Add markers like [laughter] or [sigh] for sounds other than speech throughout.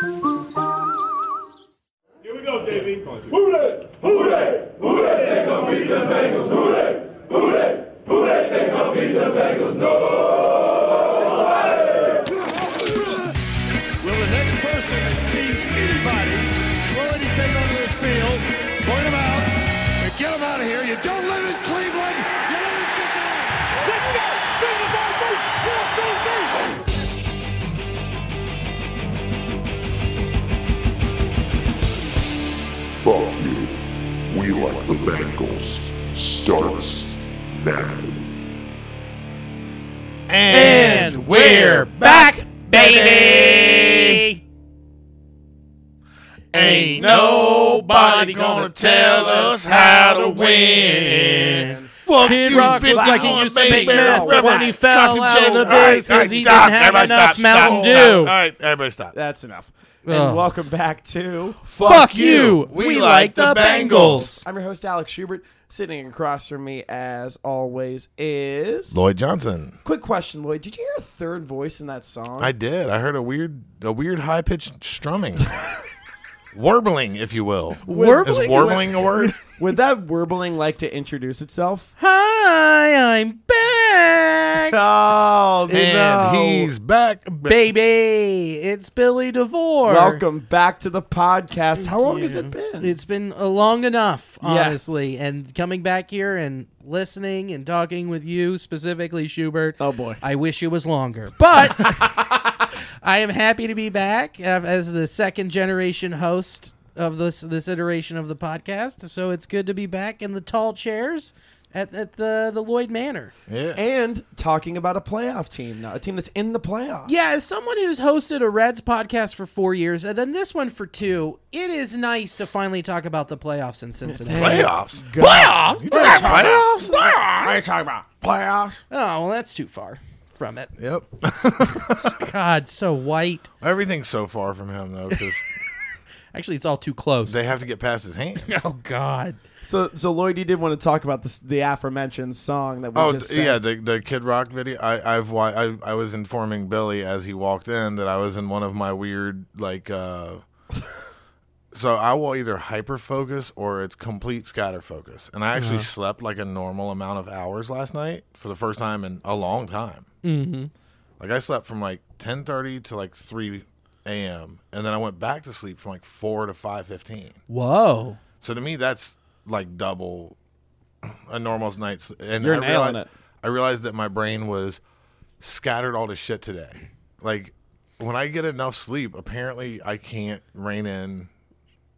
Here we go, JV. Who they? Who they? Who they think gonna beat the Bengals? Who they? Who they? Who they think gonna beat the Bengals? No. Will the next person that sees anybody throw anything onto this field, point them out, and get them out of here? You don't live in Cleveland. You live in Cincinnati. Let's go! Bengals on three. One, two, three. Fuck you. We like the Bengals. Starts now. And we're back, baby! Ain't nobody gonna tell us how to win. Fuck Kid you, Rock Vince, looks like he Lon used to Baby make Bell, meth when Reverend he fell Dr. out J. of the All right, biz because he didn't stop. have Everybody enough stop, Mountain stop, stop. Dew. All right, everybody stop. That's enough. Ugh. And welcome back to. Fuck you! We like the Bengals. I'm your host, Alex Schubert. Sitting across from me, as always, is. Lloyd Johnson. Quick question, Lloyd. Did you hear a third voice in that song? I did. I heard a weird, a weird high pitched [laughs] strumming, warbling, if you will. Warbling? Is warbling a [laughs] word? Would that warbling like to introduce itself? Hi, I'm back, [laughs] Oh, And he's back, baby. It's Billy DeVore. Welcome back to the podcast. How long has it been? It's been uh, long enough, Yes. honestly. And coming back here and listening and talking with you specifically, Schubert. Oh, boy. I wish it was longer, [laughs] but I am happy to be back uh, as the second generation host of this this iteration of the podcast. So it's good to be back in the tall chairs at, at the the Lloyd Manor. Yeah. and talking about a playoff team now, a team that's in the playoffs. Yeah, as someone who's hosted a Reds podcast for four years and then this one for two, it is nice to finally talk about the playoffs in Cincinnati. Playoffs. Playoffs. You talking about playoffs? What are you talking about? Playoffs? Oh, well, that's too far from it. Yep. [laughs] God, so white. Everything's so far from him though, [laughs] because Actually, it's all too close. they have to get past his hands. [laughs] oh, God. So, so Lloyd, you did want to talk about this, the aforementioned song that we Oh just d- sang. yeah, the the Kid Rock video. I I've wa- I I was informing Billy as he walked in that I was in one of my weird like. uh [laughs] So I will either hyper focus or it's complete scatter focus, and I Uh-huh. actually slept like a normal amount of hours last night for the first time in a long time. Mm-hmm. Like I slept from like ten thirty to like three a.m. and then I went back to sleep from like four to five fifteen. Whoa. So to me, that's like double a normal night's. And You're I nailing realized, it. I realized that my brain was scattered all to shit today. Like when I get enough sleep, apparently I can't rein in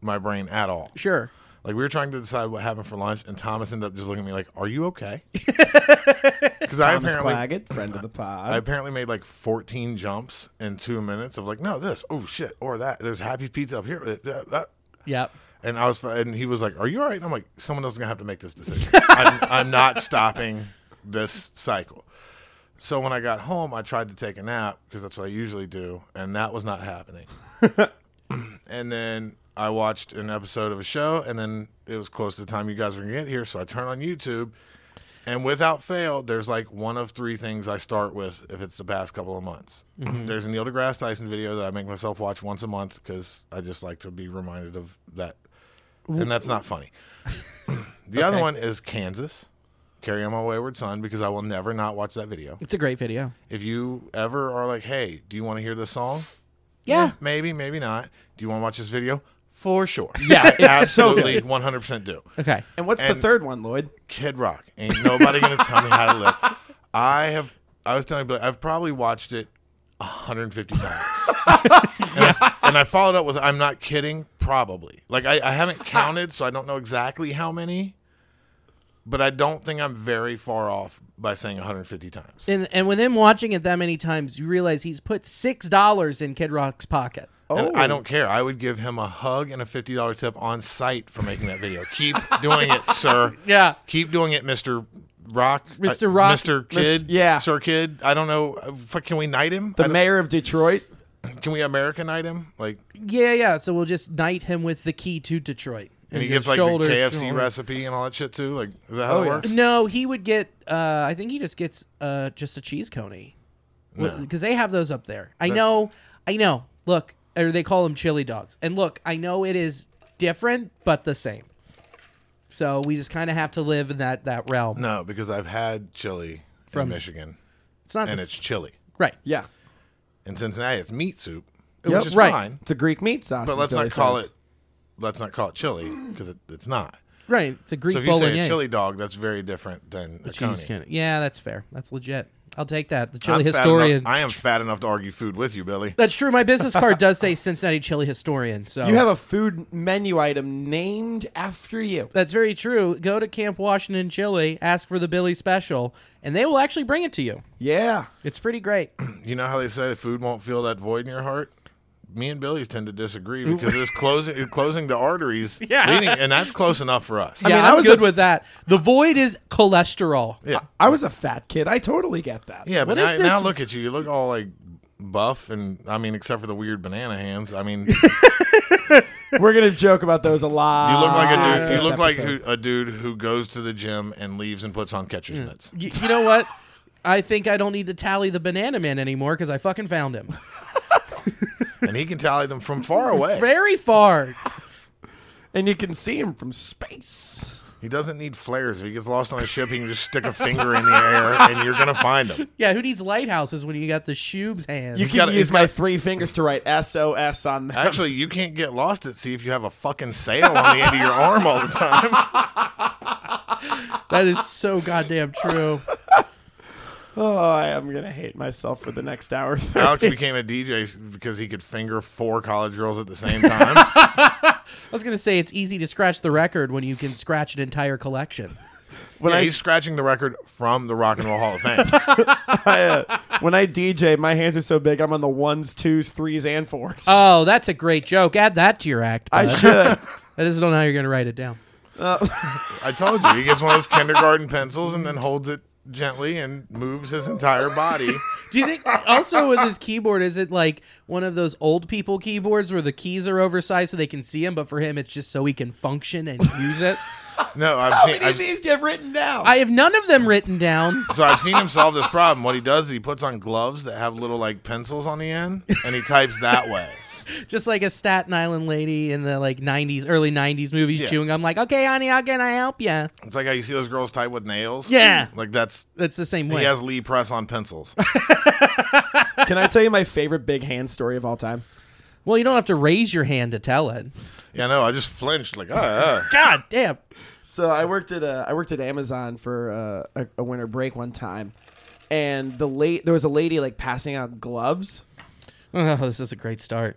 my brain at all. Sure. Like we were trying to decide what happened for lunch, and Thomas ended up just looking at me like, "Are you [laughs] okay?" Because I Thomas apparently. Claggett, friend of the pod. I apparently made like 14 jumps in two minutes of like, no, this, oh shit, or that. There's happy pizza up here. uh, that- that. Yep. And I was, and he was like, "Are you all right?" And I'm like, "Someone else is gonna have to make this decision. I'm, I'm not stopping this cycle." So when I got home, I tried to take a nap because that's what I usually do, and that was not happening. and then I watched an episode of a show, and then it was close to the time you guys were gonna get here, so I turned on YouTube, and without fail, there's like one of three things I start with if it's the past couple of months. [clears throat] there's a Neil deGrasse Tyson video that I make myself watch once a month because I just like to be reminded of that, and that's not [laughs] funny. the other one is Kansas. Carry on my wayward son because I will never not watch that video. It's a great video. If you ever are like, hey, do you want to hear this song? Eh, Yeah. Maybe, maybe not. Do you want to watch this video? For sure. Yeah, it's so absolutely, one hundred percent do. Okay. and what's the and- third one, Lloyd? Kid Rock. Ain't nobody gonna tell me how to live. I have. I was telling you, but I've probably watched it 150 times. and, I, s- and I followed up with, I'm not kidding, probably. Like I, I haven't counted, so I don't know exactly how many. But I don't think I'm very far off by saying 150 times. And, and with him watching it that many times, you realize he's put $6 in Kid Rock's pocket. And I don't care. I would give him a hug and a fifty dollar tip on site for making that video. Keep doing it, sir. Yeah. Keep doing it, Mister Rock. uh, Mr. Rock. Mr. Mr. Kid. yeah. Sir Kid. I don't know. Uh, fuck, Can we knight him? I The don't- mayor of Detroit. Can we Americanite him? Like, Yeah, yeah. So we'll just knight him with the key to Detroit. and he just gives like the shoulder- KFC shoulder- recipe and all that shit too. Like, is that how Oh, it yeah. works? No, he would get. Uh, I think he just gets uh, just a cheese coney because they have those up there. I know, I know. Look, or they call them chili dogs. And look, I know it is different, but the same. So we just kind of have to live in that that realm. No, because I've had chili From- from Michigan, it's not and the, s- it's chili. right. Yeah. In Cincinnati, it's meat soup, Yep. which is Right. fine. It's a Greek meat sauce. But as let's Billy not call says. it. Let's not call it chili because it, it's not. Right, it's a Greek So if you say a bolognese. chili dog, that's very different than a, cheese coney. coney. Yeah, that's fair. That's legit. I'll take that. The I'm chili fat historian. enough- I am fat enough to argue food with you, Billy. That's true. My business card does say Cincinnati chili historian. So You have a food menu item named after you. That's very true. Go to Camp Washington Chili, ask for the Billy special, and they will actually bring it to you. Yeah. It's pretty [clears throat] great. You know how they say that food won't fill that void in your heart? Me and Billy tend to disagree because it's closing it [laughs] closing the arteries, Yeah. leading, and that's close enough for us. yeah, mean, I I am was good a- with that. The void is cholesterol. yeah. I was a fat kid. I totally get that. Yeah, but What now, is now this- look at you. You look all like buff, and I mean, except for the weird banana hands. [laughs] I mean, We're gonna joke about those a lot. You look like Ah, a dude. this You look like episode. who, a dude who goes to the gym and leaves and puts on catcher's mitts. You, you know what? I think I don't need to tally the banana man anymore because I fucking found him and he can tally them [laughs] from far away. very far. and you can see him from space. He doesn't need flares. If he gets lost on a ship, he can just stick a finger in the air, and you're gonna find him. Yeah, who needs lighthouses when you got the shoes hands? You He's can gotta- use he's my gotta- three fingers to write SOS on that. Actually, you can't get lost at sea if you have a fucking sail on the end of your arm all the [laughs] time. that is so goddamn true. Uh, Oh, I am gonna hate myself for the next hour. [laughs] Alex became a DJ because he could finger four college girls at the same [laughs] time. I was gonna say it's easy to scratch the record when you can scratch an entire collection. when Yeah, I he's scratching the record from the Rock and Roll Hall of Fame. I, uh, when I DJ, my hands are so big. I'm on the ones, twos, threes, and fours. Oh, that's a great joke. Add that to your act. [laughs] I bud. should. I just don't know how you're gonna write it down. I told you, he gets one of those kindergarten pencils and then holds it gently and moves his entire body. Do you think also with this keyboard is it like one of those old people keyboards where the keys are oversized so they can see them, but for him it's just so he can function and use it? No, I've How seen. many I've, of these do you have written down? I have none of them written down. So I've seen him solve this problem. What he does is he puts on gloves that have little like pencils on the end, and he types that way. Just like a Staten Island lady in the like '90s, early '90s movies Yeah. chewing. I'm like, okay, honey, how can I help you? It's like how you see those girls type with nails. Yeah. like that's That's the same he way. has Lee press on pencils. Can I tell you my favorite big hand story of all time? well, you don't have to raise your hand to tell it. yeah, no, I just flinched like, ah, ah. God damn. So I worked at uh, I worked at Amazon for uh, a, a winter break one time, and the late there was a lady like passing out gloves. Oh, this is a great start.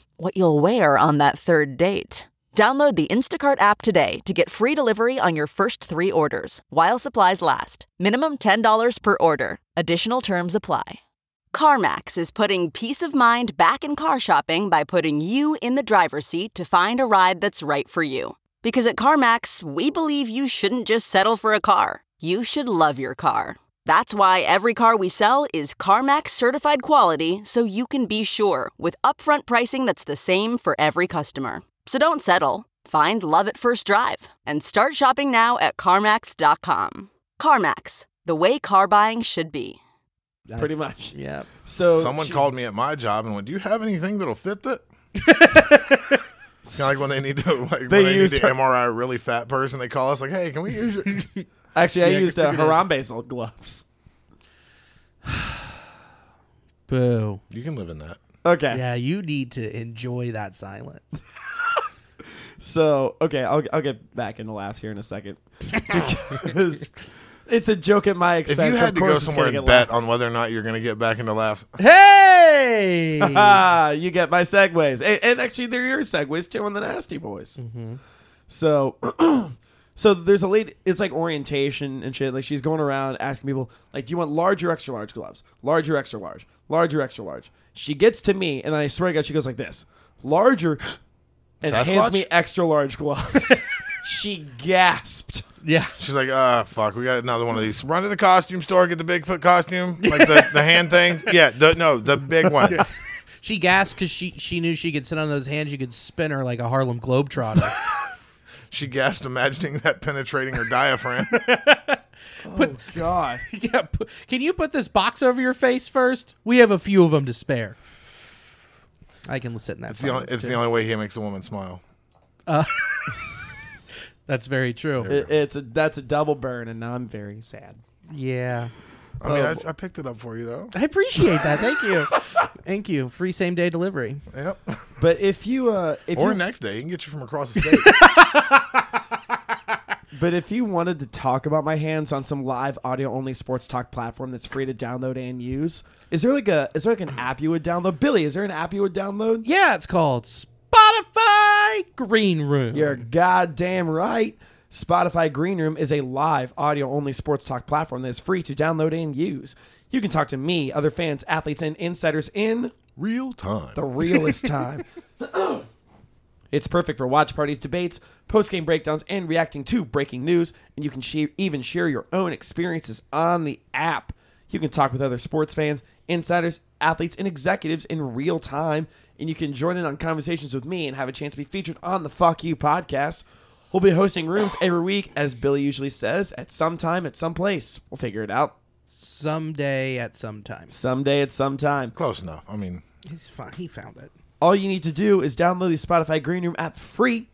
what you'll wear on that third date. Download the Instacart app today to get free delivery on your first three orders while supplies last. Minimum $10 per order. Additional terms apply. CarMax is putting peace of mind back in car shopping by putting you in the driver's seat to find a ride that's right for you. Because at CarMax, we believe you shouldn't just settle for a car, you should love your car. That's why every car we sell is CarMax certified quality so you can be sure with upfront pricing that's the same for every customer. So don't settle. Find love at first drive and start shopping now at CarMax.com. CarMax, the way car buying should be. pretty much. Yeah. So Someone she- called me at my job and went, "Do you have anything that'll fit [laughs] that?" It's kind of like when they need to, like when They they need used to her- MRI a really fat person. They call us like, "Hey, can we use [laughs] your?" Actually, I used [laughs] uh, pick it up. Harambe's old gloves. Boo. you can live in that. Okay. Yeah, you need to enjoy that silence. So okay, I'll I'll get back into laughs here in a second because it's a joke at my If expense. you had of to course go it's somewhere gonna and get bet laughs. on whether or not you're going to get back into laughs, [laughs] Hey! Ah, you get my segues. And, and actually, they're your segues too on the Nasty Boys. Mm-hmm. So, [clears throat] so there's a lady. It's like orientation and shit. Like she's going around asking people, like, "Do you want large or extra large gloves? Large or extra large? Large or extra large?" She gets to me, and I swear to God, she goes like this: [gasps] larger, and hands Sasquatch? me extra [laughs] large gloves. she gasped. yeah. she's like, "Ah, fuck, we got another one of these. Run to the costume store, get the Bigfoot costume, [laughs] like the, the hand thing. Yeah, the, no, the big one. She gasped because she, she knew she could sit on those hands. You could spin her like a Harlem [laughs] Globetrotter. She gasped, imagining that penetrating her diaphragm. God, yeah, pu- can you put this box over your face first? We have a few of them to spare. I can sit in that. [laughs] It's the only, silence, it's too. the only way he makes a woman smile. That's very true. it, it's a that's a double burn, and now I'm very sad. yeah. I mean, Oh, I, I picked it up for you though. I appreciate that. Thank [laughs] you. Thank you. Free same day delivery. Yep. [laughs] But if you uh, if Or you, next day, he can get you from across the state. But if you wanted to talk about my hands on some live audio only sports talk platform that's free to download and use, is there like a is there like an app you would download? Billy, is there an app you would download? Yeah, it's called Spotify Green Room. You're goddamn right. Spotify Green Room is a live audio only sports talk platform that is free to download and use. You can talk to me, other fans, athletes, and insiders in Real time. the realest time. it's perfect for watch parties, debates, post game breakdowns, and reacting to breaking news. And you can share, even share your own experiences on the app. You can talk with other sports fans, insiders, athletes, and executives in real time. And you can join in on conversations with me and have a chance to be featured on the Fuck You podcast. We'll be hosting rooms every week, as Billy usually says, at some time, at some place. We'll figure it out Someday at some time. someday at some time. Close enough. I mean, He's fine. He found it. All you need to do is download the Spotify Green Room app free.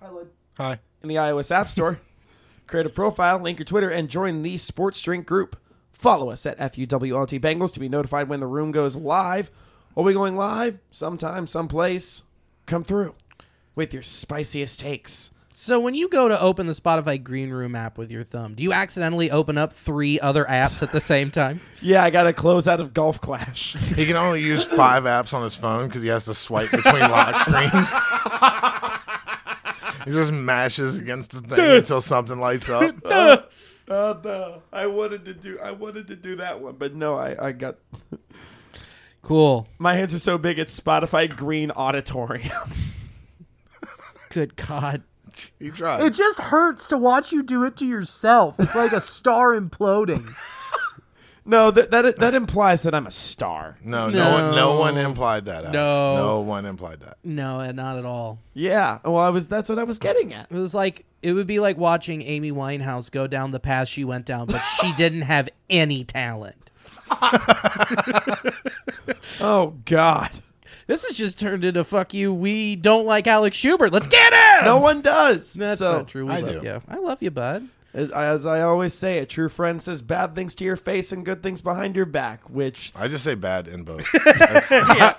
Hi, Lloyd. hi. in the iOS App [laughs] Store. Create a profile, link your Twitter, and join the Sports Drink group. Follow us at FUWLT Bengals to be notified when the room goes live. Are we going live? Sometime, someplace. Come through with your spiciest takes. So when you go to open the Spotify Green Room app with your thumb, do you accidentally open up three other apps at the same [laughs] time? Yeah, I got to close out of Golf [laughs] Clash. He can only use five apps on his phone because he has to swipe between lock screens. he just mashes against the thing until something lights up. Oh no, I wanted to do I wanted to do that one, but no, I, I got Cool. my hands are so big it's Spotify Green Auditorium. Good God. He tried. just hurts to watch you do it to yourself. It's like a star imploding. no, that, that that implies that I'm a star. No, no, one, no No. one implied that. Alex. No. no one implied that. [laughs] No, eh, not at all. Yeah. Well, I was that's what I was getting at. It was like it would be like watching Amy Winehouse go down the path she went down, but [laughs] she didn't have any talent. Oh God. This has just turned into fuck you. We don't like Alex Schubert. Let's get him. No one does. that's So, not true. We I love do. you. I love you, bud. As, as I always say, a true friend says bad things to your face and good things behind your back, which I just say bad in both. That's-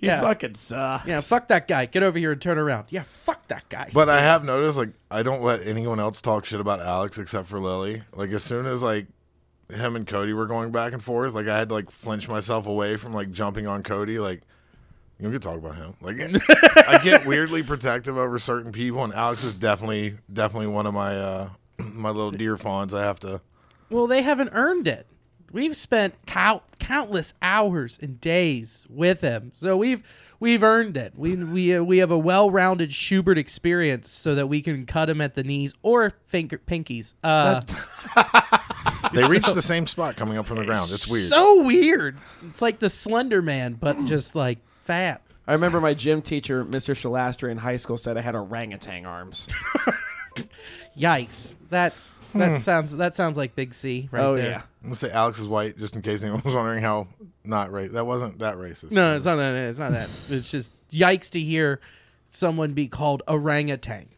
Yeah. fucking sucks. Yeah, fuck that guy. Get over here and turn around. Yeah, fuck that guy. but I have noticed, like, I don't let anyone else talk shit about Alex except for Lily. Like, as soon as like him and Cody were going back and forth, like, I had to like flinch myself away from like jumping on Cody. Like, you can talk about him. [laughs] Like, I get weirdly protective over certain people, and Alex is definitely, definitely one of my uh [clears throat] my little deer fawns. I [laughs] have to. Well, they haven't earned it. We've spent count, countless hours and days with him, so we've we've earned it. We we uh, we have a well-rounded Schubert experience, so that we can cut him at the knees or finger, pinkies. Uh, They reach the same spot coming up from the ground. It's weird. so weird. It's like the Slender Man, but just like fat. I remember my gym teacher, Mr. Shalastra, in high school said I had orangutan arms. Yikes! That's that sounds that sounds like Big C right oh there. yeah. I'm gonna say Alex is white, just in case anyone was [laughs] wondering how not race. That wasn't that racist. No, it's not that. It's not [laughs] that. It's just yikes to hear someone be called orangutan.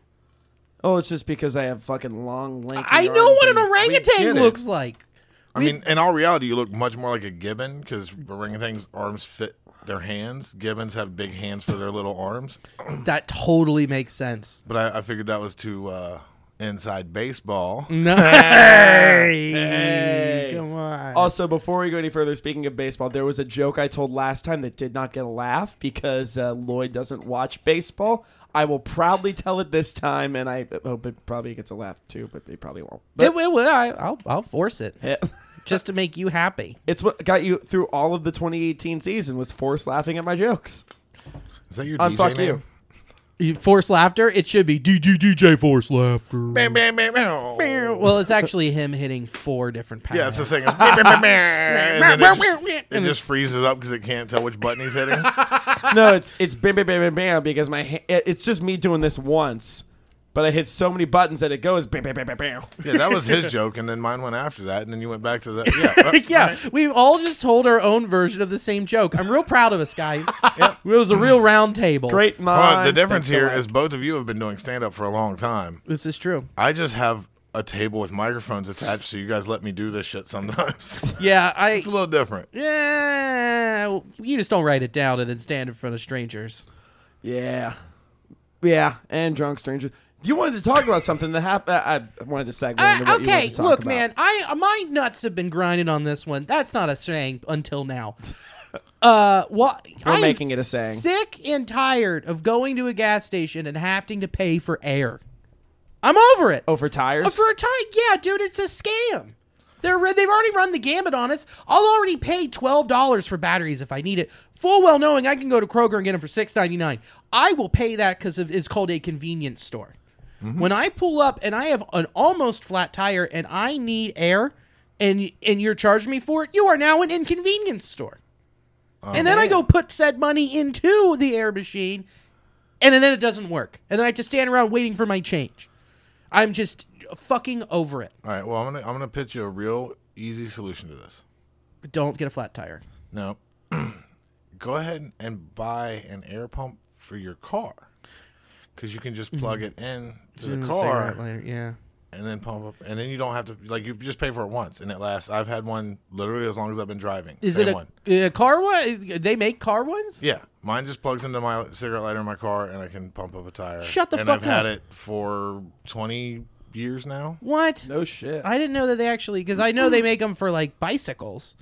Oh, it's just because I have fucking long, lanky. I know arms what an and- orangutan get it. looks like. I mean, in all reality, you look much more like a gibbon because orangutan's arms fit their hands. Gibbons have big hands for their little arms. That totally makes [laughs] sense. But I, I figured that was too uh, inside baseball. Mm. No. Hey, Oh, Come on. Also, before we go any further, speaking of baseball, there was a joke I told last time that did not get a laugh because uh, Lloyd doesn't watch baseball. I will proudly tell it this time, and I hope it probably gets a laugh too, but it probably won't. It [laughs] But will. will- I, I'll, I'll force it just to make you happy. it's what got you through all of the 2018 season was forced laughing at my jokes. [laughs] Is that your On DJ Oh, fuck name? you. You Force laughter. It should be DJ DJ force laughter. Bam, bam, bam, bam. Well, it's actually him hitting four different pounds. Yeah, it's the [laughs] thing. It's bam, bam, bam, bam, and then it, just, it just freezes up because it can't tell which button he's [laughs] hitting. no, it's it's bam bam bam bam bam because my ha- it- it's just me doing this once, but I hit so many buttons that it goes bam bam bam bam bam. Yeah, that was his joke, and then mine went after that, and then you went back to that. [laughs] Yeah, uh, yeah, we all just told our own version of the same joke. I'm real proud of us, [laughs] guys. It was a real round table. Great Well, minds. the difference think here alike. is both of you have been doing stand up for a long time. This is true. I just have a table with microphones attached, so you guys let me do this shit sometimes. [laughs] Yeah, I. it's a little different. Yeah, you just don't write it down and then stand in front of strangers. yeah, yeah, and drunk strangers. You wanted to talk about something that happened. I I wanted to segue. Uh, into what you okay, wanted to talk look, about. man, I uh, my nuts have been grinding on this one. That's not a saying until [laughs] now. Uh, what We're I'm making it a saying. Sick and tired of going to a gas station and having to pay for air. I'm over it. Oh, for tires. Uh, for a time, yeah, dude, it's a scam. They're they've already run the gamut on us. I'll already pay twelve dollars for batteries if I need it, full well knowing I can go to Kroger and get them for six ninety nine. I will pay that because it's called a convenience store. When I pull up and I have an almost flat tire and I need air, and and you're charging me for it, you are now an inconvenience store. and then I go put said money into the air machine, and then it doesn't work, and then I have to stand around waiting for my change. I'm just fucking over it. All right, well, I'm gonna I'm gonna pitch you a real easy solution to this. Don't get a flat tire. Now, [clears throat] go ahead and- and buy an air pump for your car, because you can just Mm-hmm. plug it in to the car later. Yeah. and then pump up, and then you don't have to like you just pay for it once and it lasts. I've had one literally as long as I've been driving. Is Same it a, one? a car one? They make car ones? Yeah, mine just plugs into my cigarette lighter in my car, and I can pump up a tire. Shut the and fuck I've had up. it for twenty years now. What? no shit. I didn't know that they actually because I know they make them for like bicycles.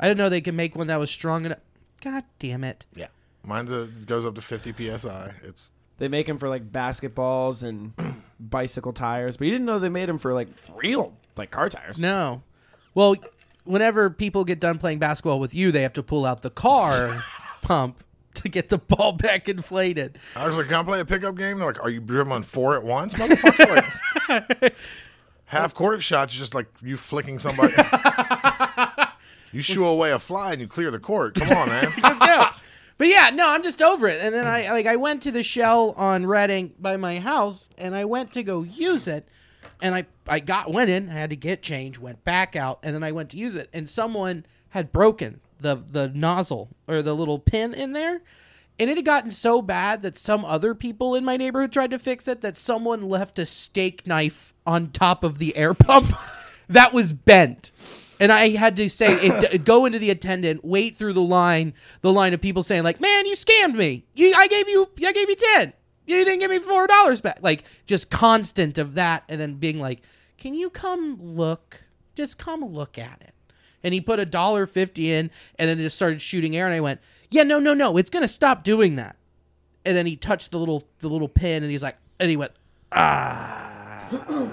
I didn't know they could make one that was strong enough. God damn it! Yeah, mine's a goes up to fifty psi. It's They make them for like basketballs and [clears throat] bicycle tires, but you didn't know they made them for like real like car tires. No. Well, whenever people get done playing basketball with you, they have to pull out the car [laughs] pump to get the ball back inflated. I was like, can I play a pickup game? They're like, are you dribbling on four at once, motherfucker? Like, [laughs] half court shots, just like you flicking somebody. you shoo away a fly and you clear the court. Come [laughs] on, man. Let's go. But yeah, no, I'm just over it. And then I like I went to the shell on Reading by my house, and I went to go use it, and I I got went in, I had to get change, went back out, and then I went to use it, and someone had broken the the nozzle or the little pin in there, and it had gotten so bad that some other people in my neighborhood tried to fix it that someone left a steak knife on top of the air pump [laughs] that was bent. And I had to say, it, go into the attendant, wait through the line, the line of people saying like, "Man, you scammed me. You, I gave you, I gave you ten. You didn't give me four dollars back." Like just constant of that, and then being like, "Can you come look? Just come look at it." And he put a dollar fifty in, and then it just started shooting air. And I went, "Yeah, no, no, no. It's gonna stop doing that." And then he touched the little the little pin, and he's like, and he went, "Ah."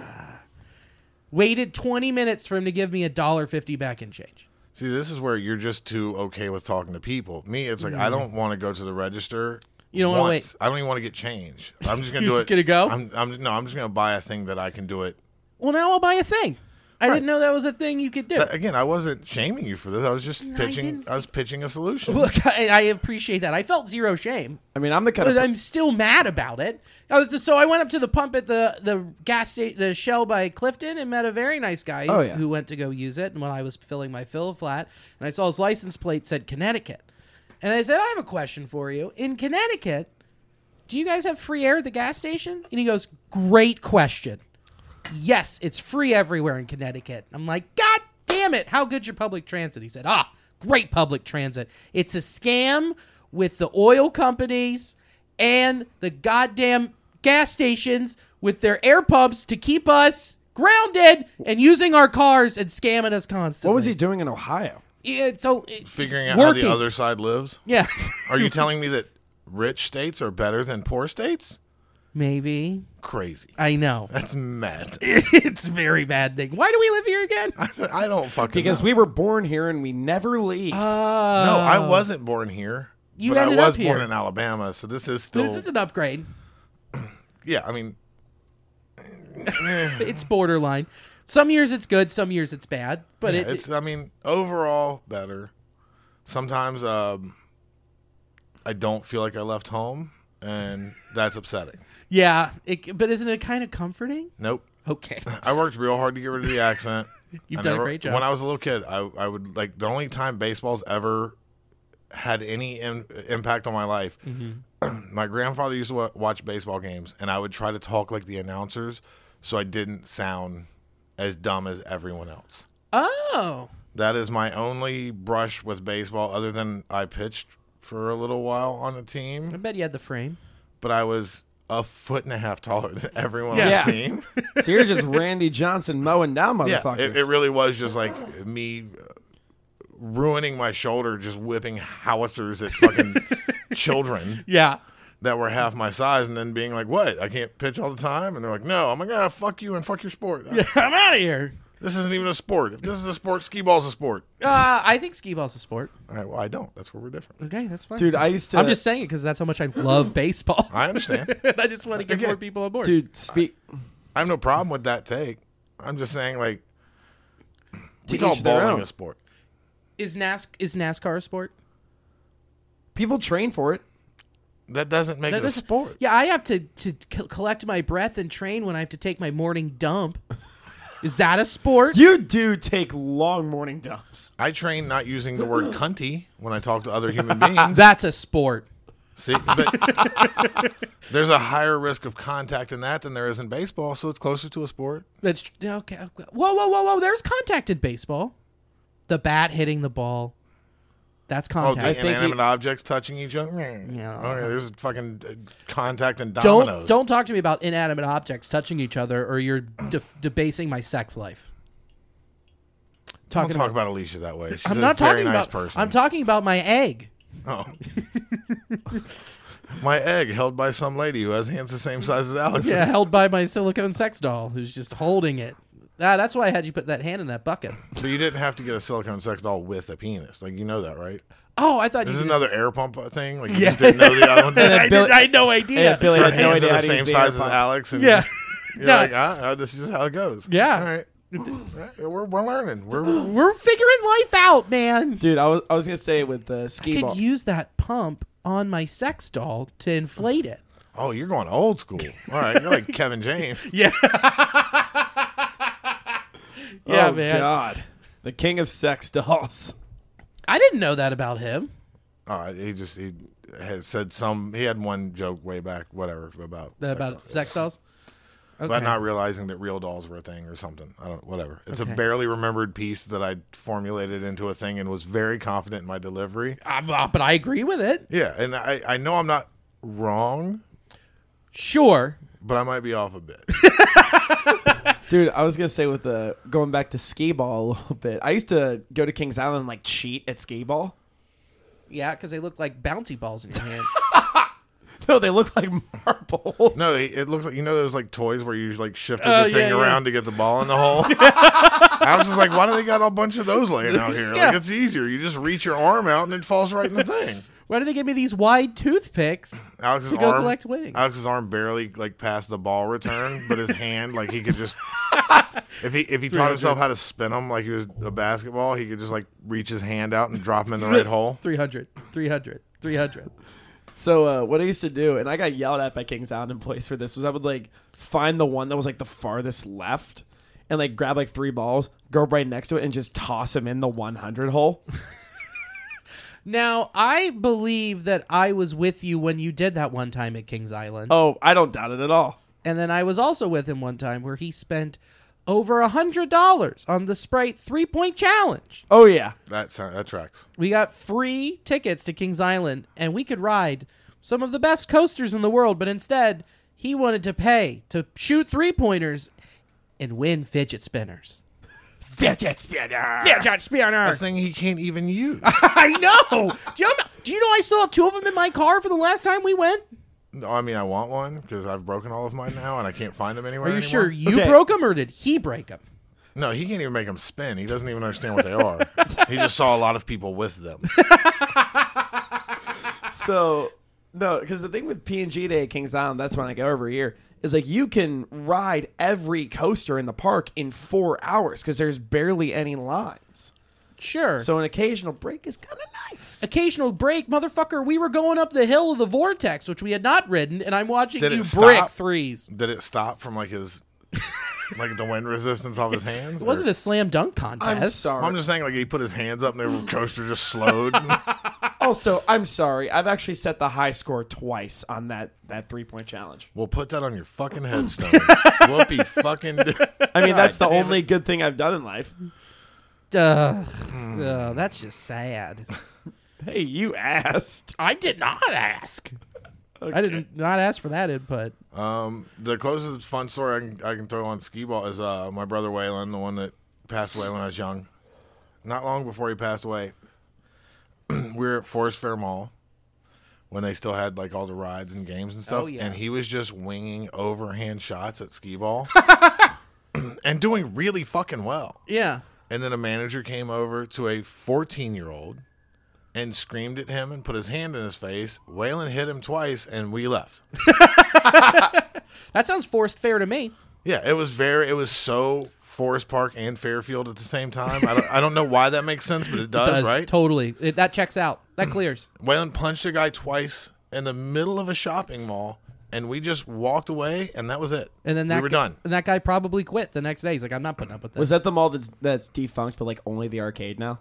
waited twenty minutes for him to give me a dollar fifty back in change. See, this is where you're just too okay with talking to people. Me, it's like I don't want to go to the register. Mm. You don't wanna once. I don't even want to get change. [laughs] I'm just gonna You're do just it. gonna go? I'm, I'm no. I'm just gonna buy a thing that I can do it. well now i'll buy a thing i didn't know that was a thing you could do But uh, again, I wasn't shaming you for this. I was just pitching. didn't- I, was pitching a solution. look [laughs] I, I appreciate that i felt zero shame I mean, I'm the kind but of i'm still mad about it I was so i went up to the pump at the the gas station the shell by clifton and met a very nice guy Oh, yeah. who went to go use it and when i was filling my fill flat and i saw his license plate said connecticut and i said i have a question for you in connecticut do you guys have free air at the gas station and he goes great question yes it's free everywhere in connecticut i'm like god damn damn it, how good's your public transit? He said, ah, great public transit. It's a scam with the oil companies and the goddamn gas stations with their air pumps to keep us grounded and using our cars and scamming us constantly. What was he doing in Ohio? Yeah, so it- Figuring out working. how the other side lives. Yeah, [laughs] Are you telling me that rich states are better than poor states? maybe Crazy. I know. [laughs] That's mad. it's very bad thing. Why do we live here again? [laughs] I don't fucking Because know. we were born here and we never leave. Uh, No, I wasn't born here. You but I ended was up born here. in Alabama, so this is still This is an upgrade. Yeah, I mean It's borderline. Some years it's good, some years it's bad. But yeah, it, it's I mean, overall better. Sometimes um I don't feel like I left home and that's upsetting. yeah. It, but isn't it kind of comforting? Nope. Okay. I worked real hard to get rid of the accent. [laughs] You've I done a great job. When I was a little kid, I, I would like the only time baseball's ever had any im- impact on my life. Mm-hmm. [clears throat] my grandfather used to wa- watch baseball games, and I would try to talk like the announcers, so I didn't sound as dumb as everyone else. Oh, That is my only brush with baseball, other than I pitched for a little while on a I team, bet you had the frame. but I was a foot and a half taller than everyone Yeah. on the team. [laughs] so [laughs] you're just Randy Johnson mowing down Yeah, [laughs] motherfuckers. it, it really was just like me uh, ruining my shoulder, just whipping howitzers at [laughs] fucking children Yeah. that were half my size, and then being like, "What? I can't pitch all the time?" And they're like, "No." I'm like, "Ah, fuck you and fuck your sport. [laughs] I'm out of here. This isn't even a sport. If this is a sport, skee ball's a sport." Uh, I think skee ball's a sport. All right, well, I don't. That's where we're different. Okay, that's fine. Dude, I used to. I'm just saying it because that's how much I love baseball. I understand. [laughs] and [laughs] I just want to get Again, more people on board. Dude, speak. I have no problem with that take. I'm just saying, like, To we call each their balling own. a sport. Is NAS is NASCAR a sport? People train for it. That doesn't make it a doesn't- sport. Yeah, I have to to co- collect my breath and train when I have to take my morning dump. Is that a sport? You do take long morning dumps. I train not using [clears throat] the word cunty when I talk to other [laughs] human beings. That's a sport. See, but [laughs] there's a higher risk of contact in that than there is in baseball, so it's closer to a sport. That's tr- okay. okay. Whoa, whoa, whoa, whoa! There's contact in baseball. The bat hitting the ball. That's Oh, contact. the think inanimate you- objects touching each other. Yeah. Okay, there's fucking uh, contact and don't dominoes. don't talk to me about inanimate objects touching each other, or [clears throat] you're de- debasing my sex life. Don't talk about Alicia that way. She's I'm a not very talking nice about. person. I'm talking about my egg. My egg held by some lady who has hands the same size as Alex's. Yeah, [laughs] held by my silicone sex doll, who's just holding it. Ah, that's why I had you put that hand in that [laughs] bucket. But you didn't have to get a silicone sex doll with a penis. Like you know that, right? Oh, I thought This you is just- another air pump thing. Like you just didn't know [laughs] the other one. [laughs] I, did, I had no idea. And Billy Her had no hands idea are how the to use same the size as AirPod. Alex. [laughs] And Yeah. just- [laughs] you're Yeah. like, ah, ah, this is just how it goes. Yeah. All right. All right. We're, we're learning. We're We're figuring life out, man. Dude, I was, I was going to say with the I ski could ball. use that pump on my sex doll to inflate it. oh, you're going old school. All right, you're like [laughs] Kevin James. Yeah, oh, man. God. The king of sex [laughs] dolls. I didn't know that about him. Uh, he just he has said some. He had one joke way back, whatever about That sex about dolls. sex dolls. about not realizing that real dolls were a thing or something. I don't. Whatever. It's Okay. a barely remembered piece that I formulated into a thing and was very confident in my delivery. I'm, uh, but I agree with it. Yeah, and I I know I'm not wrong, Sure. but I might be off [laughs] a bit. Dude, I was gonna say with the going back to skee ball a little bit. I used to go to Kings Island and, like cheat at skee ball. [laughs] Yeah, because they look like bouncy balls in your [laughs] hands. No, they look like [laughs] marbles. No, they, it looks like you know those like toys where you like shifted Oh, the yeah, thing yeah. around to get the ball in [laughs] the hole. I was just like, why do they got a bunch of those laying out here? Yeah. Like it's easier. You just reach your arm out and it falls right in the thing. Why do they give me these wide toothpicks Alex's to go arm, collect winnings? Alex's arm barely like passed the ball return, but his hand like he could [laughs] just if he if he taught himself how to spin them like he was a basketball, he could just like reach his hand out and drop him in [laughs] the right hole. 300, 300, 300. So uh, what I used to do, and I got yelled at by Kings Island in place for this, was I would like find the one that was like the farthest left, and like grab like three balls, go right next to it, and just toss them in the 100 hole. now, I believe that I was with you when you did that one time at Kings Island. oh, I don't doubt it at all. And then I was also with him one time where he spent over a $100 on the Sprite three point challenge. Oh yeah. That sound, that tracks. We got free tickets to Kings Island, and we could ride some of the best coasters in the world, but instead, he wanted to pay to shoot three pointers and win fidget spinners. Fidget spinner. Fidget A spinner! thing he can't even use. I know! Do you, know- do you know I still have two of them in my car from the last time we went? no, I mean, I want one because I've broken all of mine now, and I can't find them anywhere. Are you anymore. sure you Okay. broke them or did he break them? No, he can't even make them spin. He doesn't even understand what they are. [laughs] he just saw a lot of people with them. So no, because the thing with PNG Day at Kings Island, that's when I go every year. Is like you can ride every coaster in the park in four hours because there's barely any lines. Sure. So an occasional break is kind of nice. occasional break, motherfucker. We were going up the hill of the vortex, which we had not ridden, and I'm watching Did you it stop? brick threes. Did it stop from like his, like the wind resistance off his hands? It wasn't a slam dunk contest. I'm sorry. I'm just saying, like he put his hands up, and the coaster [laughs] just slowed. also, I'm sorry. I've actually set the high score twice on that that three point challenge. well, put that on your fucking headstone. Whoopee fucking. Do- [laughs] I mean, that's the damn only good thing I've done in life. Ugh. Hmm. Ugh, that's just sad. Hey, you asked. I did not ask. I did not ask for that input. the closest fun story I can, I can throw on skee ball is uh, my brother Waylon, the one that passed away when I was young. Not long before he passed away, [clears throat] we were at Forest Fair Mall when they still had like all the rides and games and stuff, Oh, yeah. and he was just winging overhand shots at [laughs] skee ball [clears throat] and doing really fucking well. Yeah. And then a manager came over to a 14 year old and screamed at him and put his hand in his face. Waylon hit him twice, and we left. That sounds forced fair to me. Yeah, it was very. It was so Forest Park and Fairfield at the same time. I don't, I don't know why that makes [laughs] sense, but it does, right? Hmm. Totally. It, that checks out. That clears. Waylon punched a guy twice in the middle of a shopping mall, and we just walked away, and that was it. And then that we were guy, done. And that guy probably quit the next day. He's like, I'm not putting up with this. Was that the mall that's that's defunct, but like only the arcade now?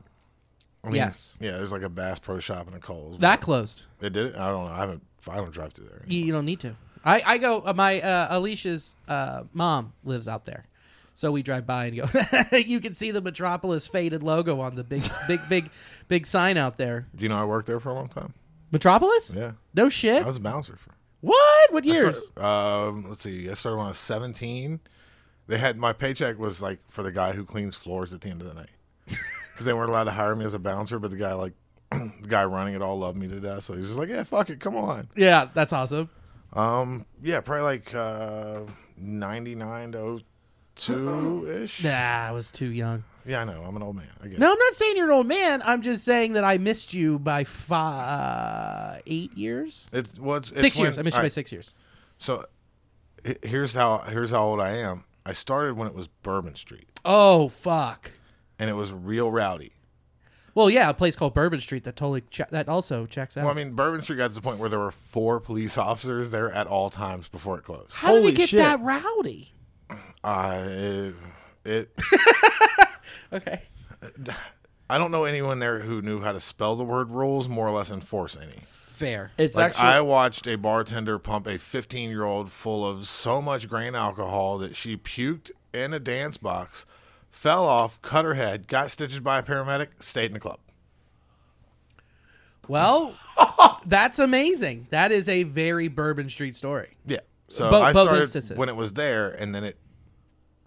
yes. Yeah, there's like a Bass Pro Shop and a Kohl's. That closed. it did. It? I don't know. I haven't. I don't drive through there. You, you don't need to. I, I go. Uh, my uh, Alicia's uh, mom lives out there, so we drive by and go. [laughs] you can see the Metropolis faded logo on the big, big, big, big sign out there. Do you know I worked there for a long time? Metropolis? Yeah. No shit. I was a bouncer for. what? What years? Um, let's see. I started when I was 17. They had my paycheck was like for the guy who cleans floors at the end of the [laughs] night because they weren't allowed to hire me as a bouncer. But the guy like [clears throat] the guy running it all loved me to death, so he's just like, yeah, fuck it, come on. Um, Yeah, that's awesome. Yeah, probably like uh, 99 to 02 ish. Nah, I was too young. Yeah, I know. I'm an old man. I get No, it. I'm not saying you're an old man. I'm just saying that I missed you by fi- uh, eight years, It's well, it's, it's six when- years. I missed you all by right, six years. So h- here's how here's how old I am. I started when it was Bourbon Street, Oh fuck. and it was real rowdy. Well, yeah, a place called Bourbon Street that totally che- that also checks out. Well, I mean, Bourbon Street got to the point where there were four police officers there at all times before it closed. How did Holy it get shit. that rowdy? Uh, it, it- Okay. I don't know anyone there who knew how to spell the word rules, more or less enforce any. Fair. It's Like actually I watched a bartender pump a 15 year old full of so much grain alcohol that she puked in a dance box, fell off, cut her head, got stitched by a paramedic, stayed in the club. Well, that's amazing. That is a very Bourbon Street story. Yeah. So Both- I both started instances. when it was there, and then it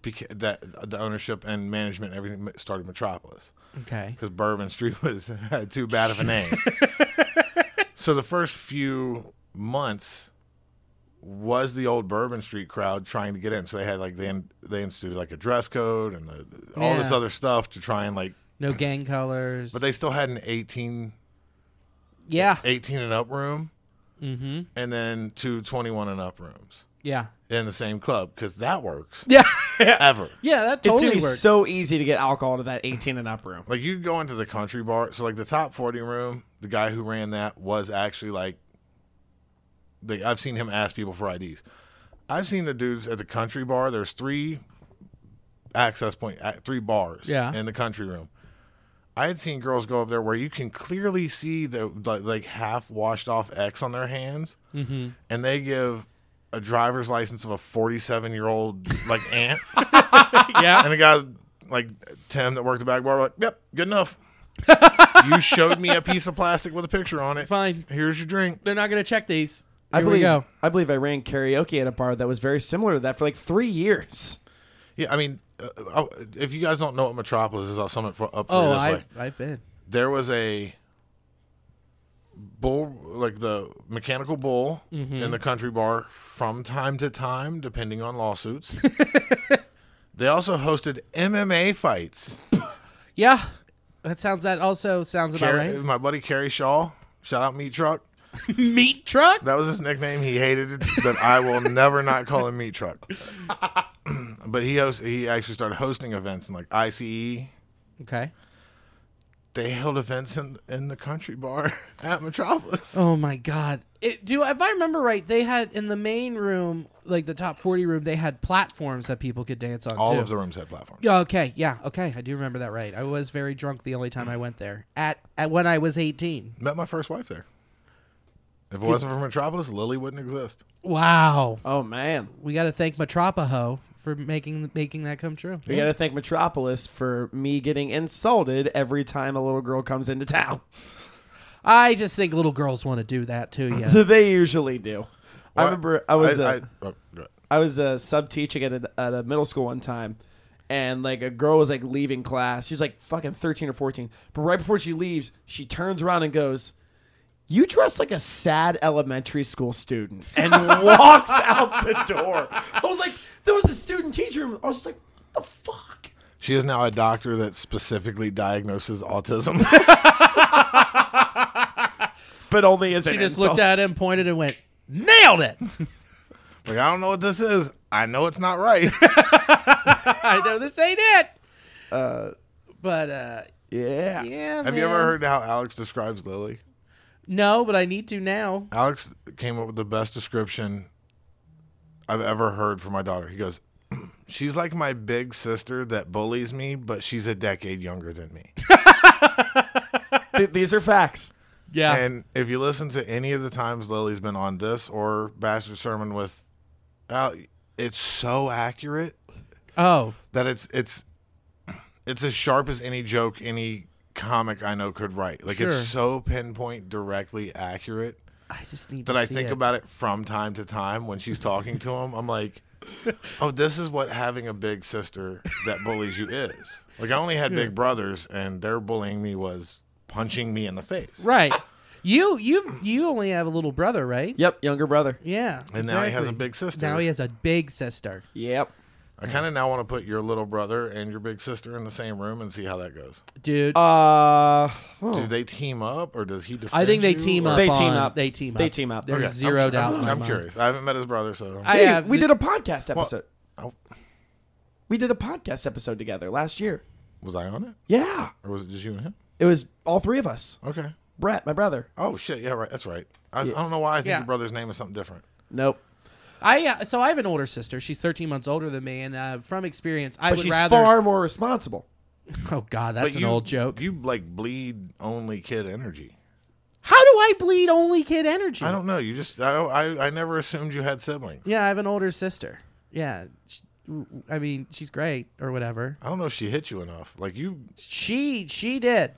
beca- that the ownership and management and everything started Metropolis. Okay. because Bourbon Street [laughs] was had too bad of [laughs] a name. so the first few months was the old Bourbon Street crowd trying to get in. So they had like they in, they instituted like a dress code and the, all this Yeah. other stuff to try and like, No gang colors. but they still had an 18, yeah 18 and up room, mm-hmm. and then two 21 and up rooms yeah in the same club because that works [laughs] yeah ever. yeah that it's totally gonna be worked. so easy to get alcohol to that 18 and up room. Like you go into the country bar, so like the top forty room, the guy who ran that was actually like, the, I've seen him ask people for IDs. I've seen the dudes at the country bar. There's three access point, uh, three bars, Yeah. in the country room. I had seen girls go up there where you can clearly see the like, like half washed off X on their hands, and they give a driver's license of a 47 year old like aunt, [laughs] Yeah. and the guy like Tim that worked the back bar like, yep, [laughs] good enough. you showed me a piece of plastic with a picture on it. Fine. Here's your drink. They're not going to check these. I Here believe, we go. I believe I ran karaoke at a bar that was very similar to that for like three years. Yeah, I mean, uh, uh, if you guys don't know what Metropolis is, I'll sum it for, up for you Oh, this I, way. I've been. There was a bull, like the mechanical bull Mm-hmm. in the country bar from time to time, depending [laughs] on lawsuits. they also hosted MMA fights. Yeah. That sounds, that also sounds about Car- right. My buddy Kerry Shaw, shout out Meat Truck. Meat truck? That was his nickname. He hated it, but I [laughs] will never not call him Meat Truck. [clears throat] but he host, he actually started hosting events in like ICE Okay. they held events in in the country bar [laughs] at Metropolis. Oh my god! It, do if I remember right, they had in the main room, like the top forty room, they had platforms that people could dance on. All too. of the rooms had platforms. Yeah, Okay, yeah, okay. I do remember that right. I was very drunk the only time I went there at, at when I was eighteen. Met my first wife there. If it wasn't for Metropolis, Lily wouldn't exist. Wow, Oh man, we got to thank Metropaho for making making that come true. we got to thank Metropolis for me getting insulted every time a little girl comes into town. [laughs] I just think little girls want to do that too. [laughs] Yeah, they usually do. I remember I was. I, uh, I- oh, go ahead. I was uh, sub teaching at a, at a middle school one time, and like a girl was like leaving class. She's like fucking thirteen or fourteen, but right before she leaves, she turns around and goes, "You dress like a sad elementary school student," [laughs] and walks out the door. I was like, there was a student teacher. I was just like, what the fuck. she is now a doctor that specifically diagnoses [laughs] autism. But only as she just looked at him, pointed, and went, "Nailed it." like I don't know what this is. I know it's not [laughs] right. I know this ain't it. but uh, Yeah. yeah. Have you ever heard how Alex describes Lily? No, but I need to now. Alex came up with the best description I've ever heard for my daughter. He goes, [clears throat] "She's like my big sister that bullies me, but she's a decade younger than me." Th- these are facts. Yeah. And if you listen to any of the times Lily's been on this or Bastard Sermon with Al, it's so accurate oh, that it's it's it's as sharp as any joke any comic I know could write. Like Sure. it's so pinpoint directly accurate I just need that to I see think it. about it from time to time when she's talking to him. [laughs] I'm like, oh, this is what having a big sister that bullies you is. Like I [laughs] only had big brothers and their bullying me was punching me in the face. right. You you you only have a little brother, right? Yep, younger brother. Yeah. And now he has a exactly. big sister. Now he has a big sister. Yep. I kind of now want to put your little brother and your big sister in the same room and see how that goes. Dude, Uh, Do they team up or does he defend I think they you, team or- up. They team on- up. They team up. They team up. There's Okay. zero doubt. in I'm, my I'm mind. curious. I haven't met his brother, so I hey, have we the- did a podcast episode. Oh, we did a podcast episode together last year. was I on it Yeah. or was it just you and him? It was all three of us. Okay. Brett, my brother. Oh shit! Yeah, right. That's right. I, I don't know why I think Yeah. your brother's name is something different. Nope. I uh, so I have an older sister. She's 13 months older than me, and uh, from experience, I But would she's rather. far more responsible. Oh God, But that's you- an old joke. You like bleed only kid energy. How do I bleed only kid energy? I don't know. You just I, I I never assumed you had siblings. Yeah, I have an older sister. Yeah, sh- I mean she's great or whatever. I don't know if she hit you enough. Like you, She she did.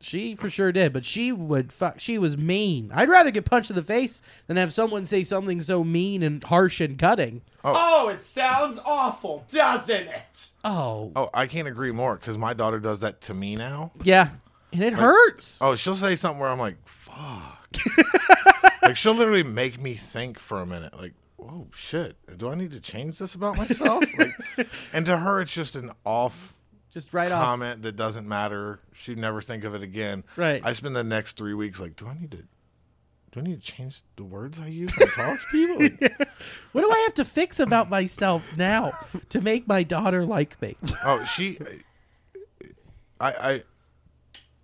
She for sure did, but she would fuck. She was mean. I'd rather get punched in the face than have someone say something so mean and harsh and cutting. Oh, it sounds awful, doesn't it? Oh oh, I can't agree more because my daughter does that to me now. yeah, and it hurts. Oh, she'll say something where I'm like, fuck. [laughs] like she'll literally make me think for a minute. Like, oh shit, do I need to change this [laughs] about myself? like, and to her, it's just an off Just right off. comment that doesn't matter. She'd never think of it again. Right. I spend the next three weeks like, do I need to? Do I need to change the words I use when I talk to people? [laughs] Like, What do I have to fix about myself now to make my daughter like [laughs] me? oh, she, I, I,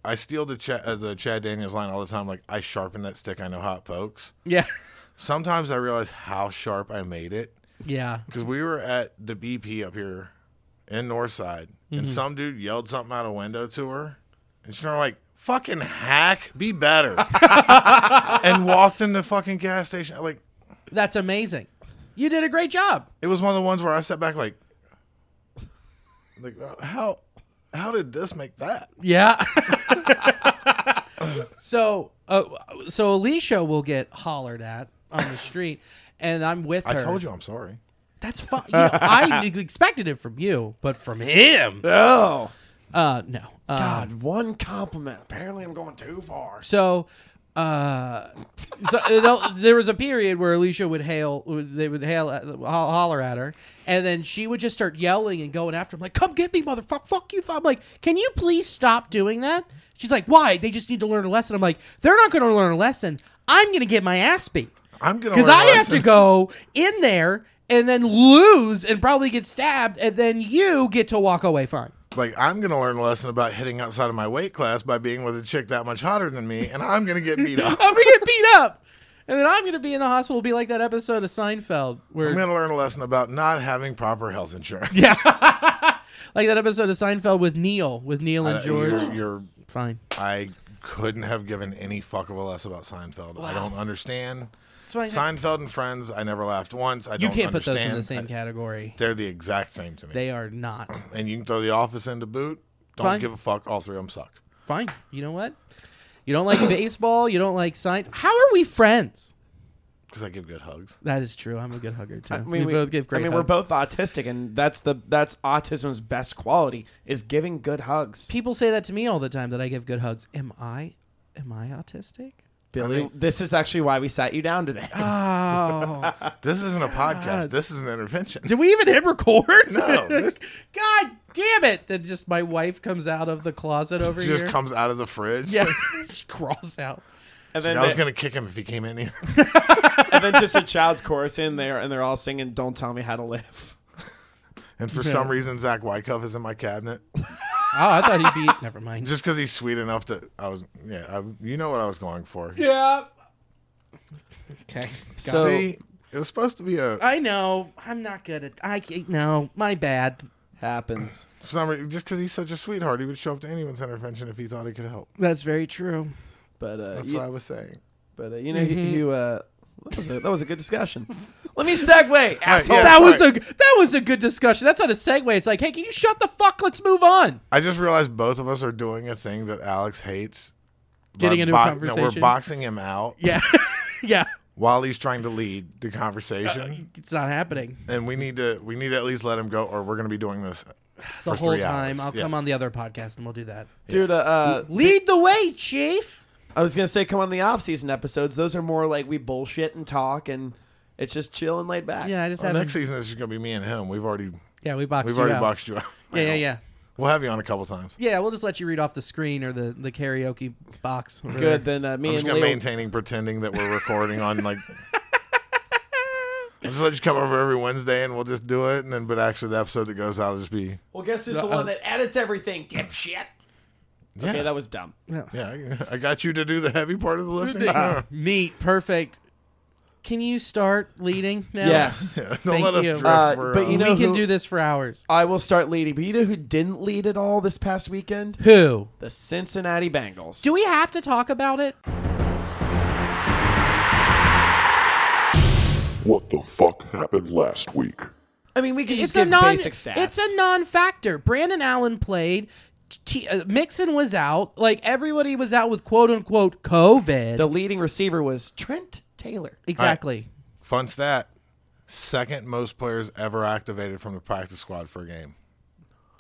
I steal the Chad, uh, the Chad Daniels line all the time. Like, I sharpen that stick. I know how it pokes. Yeah, sometimes I realize how sharp I made it yeah. because we were at the BP up here in Northside, Mm-hmm. and some dude yelled something out a window to her, and she's like, "Fucking hack, [laughs] be better," and walked in the fucking gas station. I'm Like, That's amazing. You did a great job. It was one of the ones where I sat back like, like uh, how how did this make that? Yeah. [laughs] so, uh, so Alicia will get hollered at on the street, and I'm with her. I told you I'm sorry. That's fine. You know, I [laughs] expected it from you, but from him, Oh. uh, no. Uh, God, one compliment. Apparently, I'm going too far. So, uh, so you know, there was a period where Alicia would hail, they would hail, at- ho- holler at her, and then she would just start yelling and going after him, like, "Come get me, motherfucker! Fuck you!" I'm like, "Can you please stop doing that?" She's like, "Why? They just need to learn a lesson." I'm like, "They're not going to learn a lesson. I'm going to get my ass beat I'm gonna because learn a I have lesson. to go in there and then lose and probably get stabbed, and then you get to walk away fine." Like I'm gonna learn a lesson about hitting outside of my weight class by being with a chick that much hotter than me, and I'm gonna get beat up. I'm gonna get beat up. And then I'm going to be in the hospital, be like that episode of Seinfeld where I'm gonna learn a lesson about not having proper health insurance. like that episode of Seinfeld with Neil, with Neil and Uh, George. You're, you're- Fine, I couldn't have given any fuck of a less about Seinfeld. I don't understand. it's fine. Seinfeld and Friends, I never laughed once. I you don't can't put those in understand. the same I- category. They're the exact same to me. They are not and you can throw The Office into boot. Don't Fine. give a fuck. All three of them suck. fine. You know what? You don't like [coughs] baseball. You don't like Seinfeld. How are we friends? Because I give good hugs. That is true. I'm a good hugger too. I mean, we, both give great. I mean, hugs. we're both autistic, and that's the that's autism's best quality is giving good hugs. People say that to me all the time that I give good hugs. Am I? Am I autistic? Billy, this is actually why we sat you down today. Ah. Oh, This isn't a podcast. This is an intervention. did we even hit record? No. [laughs] God damn it! Then just my wife comes out of the closet over She just here. comes out of the fridge. yeah, [laughs] just crawls out. [laughs] and Dude, then, I was gonna kick him if he came in here. [laughs] [laughs] and then just a child's chorus in there, and they're all singing "Don't Tell Me How to Live." [laughs] And for some reason, Zach Wycuff is in my cabinet Oh, I thought [laughs] he'd be. Never mind. just because he's sweet enough to. I was, yeah, I, you know what I was going for. Yeah. Okay. So See, it was supposed to be a I know. I'm not good at. I can't- no. My bad. happens. for some reason, just because he's such a sweetheart, he would show up to anyone's intervention if he thought he could help. That's very true. But uh, That's you, what I was saying. but uh, you know, Mm-hmm. you- you, uh, that was a that was a good discussion. Let me segue, asshole. yeah. Oh, that was sorry. a that was a good discussion. That's not a segue. It's like, hey, can you shut the fuck? Let's move [laughs] on. I just realized both of us are doing a thing that Alex hates. Getting By into a no, conversation. we're boxing him out Yeah. [laughs] yeah. while he's trying to lead the conversation, It's not happening and we need to we need to at least let him go, or we're gonna be doing this the for whole three time. hours. I'll Yeah. come on the other podcast and we'll do that. Dude, uh, uh, Lead the way, chief. I was gonna say, come on the off-season episodes. Those are more like we bullshit and talk, and it's just chill and laid back. Yeah, I just Well, have. Oh, next season, this is gonna be me and him. We've already yeah, we boxed we've you already out. boxed you out. [laughs] Yeah, yeah, yeah. We'll have you on a couple times. Yeah, we'll just let you read off the screen or the, the karaoke [laughs] box. over there. Good. Then uh, me I'm just and gonna Leo. maintaining pretending that we're recording on [laughs] like. I'll just let you come over every Wednesday and we'll just do it, and then but actually the episode that goes out will just be Well, guess who's the one that edits everything, [laughs] dipshit? yeah, Okay, that was dumb. yeah. I- I got you to do the heavy part of the lifting. Yeah. [laughs] Neat, perfect. Can you start leading now? [laughs] [laughs] Yes. Don't Thank let us you. drift. Uh, We're, but you uh, know we can who- do this for hours. I will start leading. But you know who didn't lead at all this past weekend? Who? The Cincinnati Bengals. Do we have to talk about it? What the fuck happened last week? I mean, we can just It's a give non. basic stats. It's a non-factor. Brandon Allen played. T- uh, Mixon was out. Like everybody was out with quote unquote COVID. the leading receiver was Trent Taylor. exactly. fun stat: second most players ever activated from the practice squad for a game.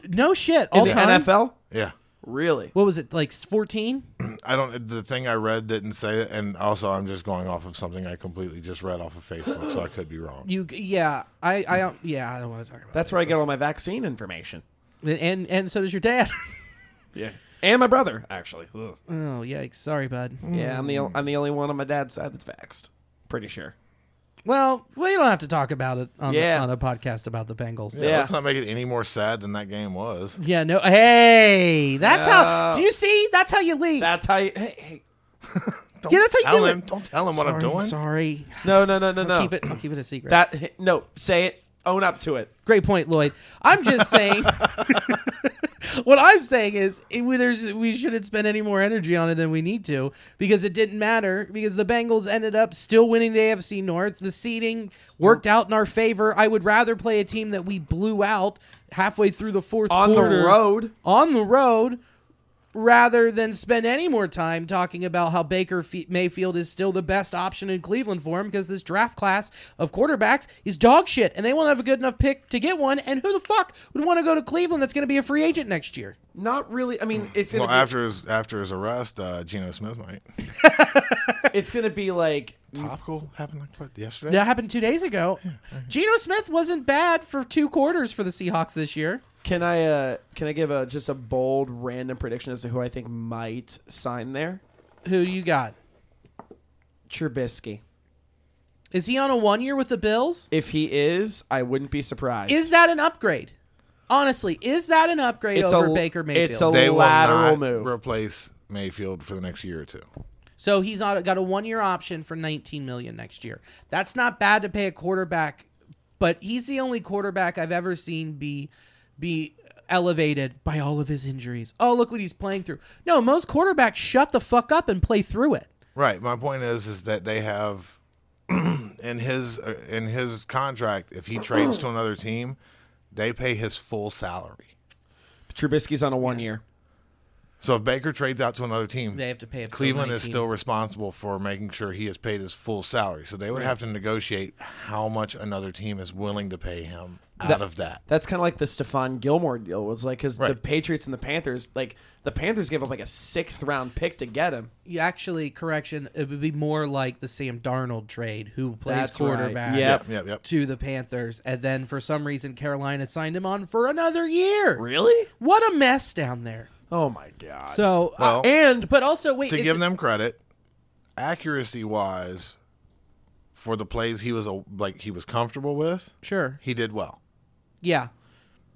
No shit. All In the time. NFL? Yeah, Really? What was it like? Fourteen. I don't. The thing I read didn't say it, and also I'm just going off of something I completely just read off of Facebook, so I could be wrong. You. Yeah. I. I don't. Yeah. I don't want to talk about That's where I get all my vaccine information. it. And and so does your dad. [laughs] Yeah. And my brother, actually. Ugh. oh yikes! Sorry, bud. Yeah, I'm the o- I'm the only one on my dad's side that's vaxxed. Pretty sure. Well, we don't have to talk about it on, Yeah. on a podcast about the Bengals. Yeah, Yeah. let's not make it any more sad than that game was. Yeah, no. Hey, that's how. Do you see? That's how you leak. That's how you. Hey, hey. Don't Yeah, that's how you do tell him. it. Don't tell him what I'm Sorry, doing. Sorry, No, no, no, no, no. keep it. I'll keep it a secret. That no, say it. Own up to it. Great point, Lloyd. I'm just saying. what I'm saying is, it, we, there's, we shouldn't spend any more energy on it than we need to because it didn't matter because the Bengals ended up still winning the AFC North. The seeding worked out in our favor. I would rather play a team that we blew out halfway through the fourth On the quarter road. on the road rather than spend any more time talking about how Baker Fe- Mayfield is still the best option in Cleveland for him because this draft class of quarterbacks is dog shit and they won't have a good enough pick to get one and who the fuck would want to go to Cleveland that's going to be a free agent next year. Not really. I mean, it's gonna Well, be, after his after his arrest, uh, Geno Smith might. it's gonna be like Topical happened like what yesterday. That happened 2 days ago. Geno Smith wasn't bad for two quarters for the Seahawks this year. Can I uh, can I give a just a bold random prediction as to who I think might sign there? Who do you got? Trubisky. Is he on a one year with the Bills? If he is, I wouldn't be surprised. Is that an upgrade? Honestly, is that an upgrade It's over a- Baker it's Mayfield? a they will lateral not move. replace Mayfield for the next year or two. So he's on got a one year option for 19 million next year. That's not bad to pay a quarterback, but he's the only quarterback I've ever seen be be elevated by all of his injuries. Oh, look what he's playing through. No, most quarterbacks shut the fuck up and play through it. Right. My point is, is that they have [clears throat] in his uh, in his contract, if he trades to another team, they pay his full salary. Trubisky's on a one year. So if Baker trades out to another team, They have to pay up to Cleveland is 19. still responsible for making sure he is paid his full salary. So they would have to negotiate how much another team is willing to pay him out of that. That's kind of like the Stephon Gilmore deal. Was like because the Right. Patriots and the Panthers, like the Panthers gave up like a sixth round pick to get him. You actually correction, it would be more like the Sam Darnold trade who plays That's right. quarterback. Yep. Yep, yep. To the Panthers, and then for some reason Carolina signed him on for another year. Really? What a mess down there. Oh my god. So, uh, Well, and but also wait, to it's- give them credit, accuracy wise, for the plays he was a, like he was comfortable with, sure. he did well. Yeah,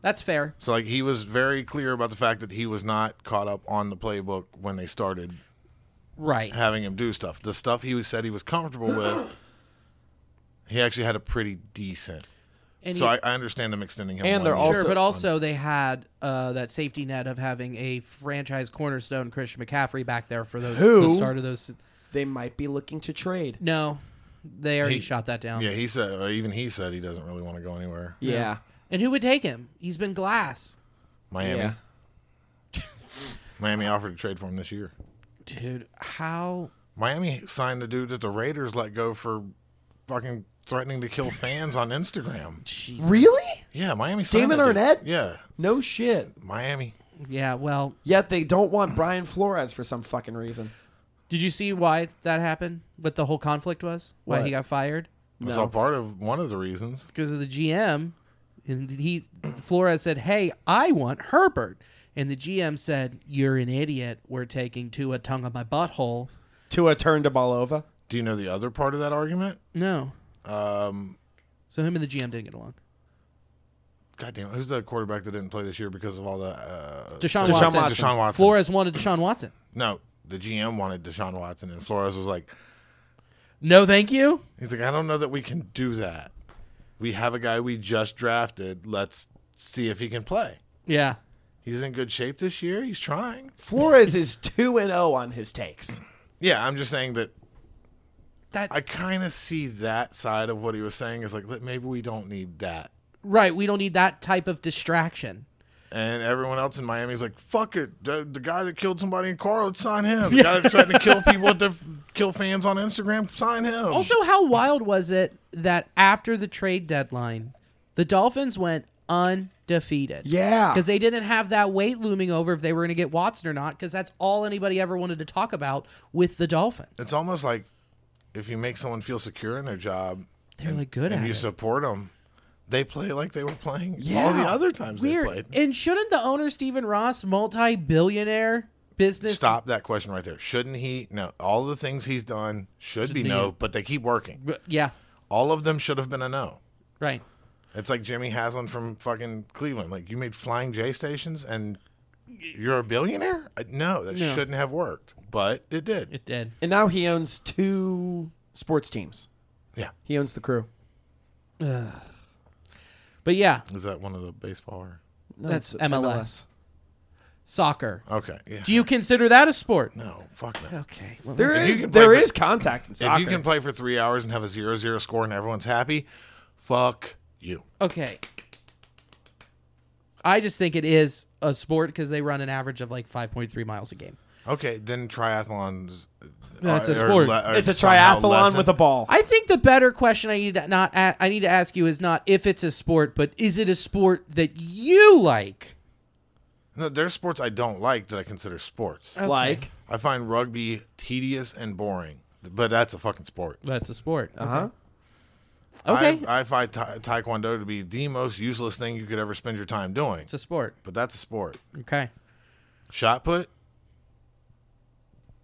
that's fair. So like he was very clear about the fact that he was not caught up on the playbook when they started Right. having him do stuff. The stuff he said he was comfortable with, he actually had a pretty decent. And So you- I, I understand them extending him. And one they're year. also- sure, but also they had uh, that safety net of having a franchise cornerstone, Christian McCaffrey, back there for those Who? the start of those. they might be looking to trade. No, they already He- shot that down. yeah. He said uh, even he said he doesn't really want to go anywhere. Yeah. And who would take him? He's been glass, Miami. Yeah. Miami offered to trade for him this year. dude. How? Miami signed the dude that the Raiders let go for fucking threatening to kill fans on Instagram. Jesus. Really? Yeah, Miami signed Damon that dude. Arnett? Yeah, No shit. Miami. Yeah. Well, Yet they don't want Brian Flores for some fucking reason. did you see why that happened? What the whole conflict was? Why What? he got fired? That's all part of one of the reasons. because of the GM. And he Flores said, "Hey, I want Herbert." And the GM said, "You're an idiot. We're taking Tua tongue of my butthole." Tua turned the ball over. Do you know the other part of that argument? No. Um, So him and the GM didn't get along. goddamn, who's the quarterback that didn't play this year because of all the uh, Deshaun, Deshaun Watson. Watson. Deshaun Watson. Flores wanted Deshaun Watson. No, the GM wanted Deshaun Watson, and Flores was like, No, thank you. he's like, I don't know that we can do that. We have a guy we just drafted. Let's see if he can play. Yeah. He's in good shape this year. He's trying. Flores is 2 and 0 on his takes. Yeah, I'm just saying that That I kind of see that side of what he was saying is like "Look, maybe we don't need that. right. We don't need that type of distraction. And everyone else in Miami's like, fuck it. The, the guy that killed somebody in a car, let's sign him. The guy that tried to kill people at the kill fans on Instagram, sign him. Also, how wild was it that after the trade deadline, the Dolphins went undefeated? Yeah. Because they didn't have that weight looming over if they were going to get Watson or not, because that's all anybody ever wanted to talk about with the Dolphins. it's almost like if you make someone feel secure in their job They're like good and at you it. support them, they play like they were playing all the other times they Weird. played. And shouldn't the owner, Stephen Ross, multi billionaire business? Stop that question right there. Shouldn't he? No. All the things he's done should be be no, a- but they keep working. Yeah. All of them should have been a no. Right. It's like Jimmy Haslam from fucking Cleveland. Like you made Flying J stations and you're a billionaire? Uh, No, that shouldn't have worked, but it did. It did. And now he owns two sports teams. yeah. He owns the crew. But yeah, Is that one of the baseball? Or? that's MLS. Soccer. Okay. Yeah. Do you consider that a sport? No, fuck that. Okay. Well, There you is can play there for- is contact in If soccer. you can play for three hours and have a zero zero score and everyone's happy, fuck you. okay. I just think it is a sport because they run an average of like 5.3 miles a game. Okay, then triathlons. That's a are- are sport. le- are it's a somehow triathlon lessened. with a ball. I think the better question I need to not a- I need to ask you is not if it's a sport, but is it a sport that you like? No, there's sports I don't like that I consider sports. Like I find rugby tedious and boring, but that's a fucking sport. That's a sport. Uh Uh-huh. Okay, I, I find ta- taekwondo to be the most useless thing you could ever spend your time doing. it's a sport. But that's a sport. Okay. Shot put.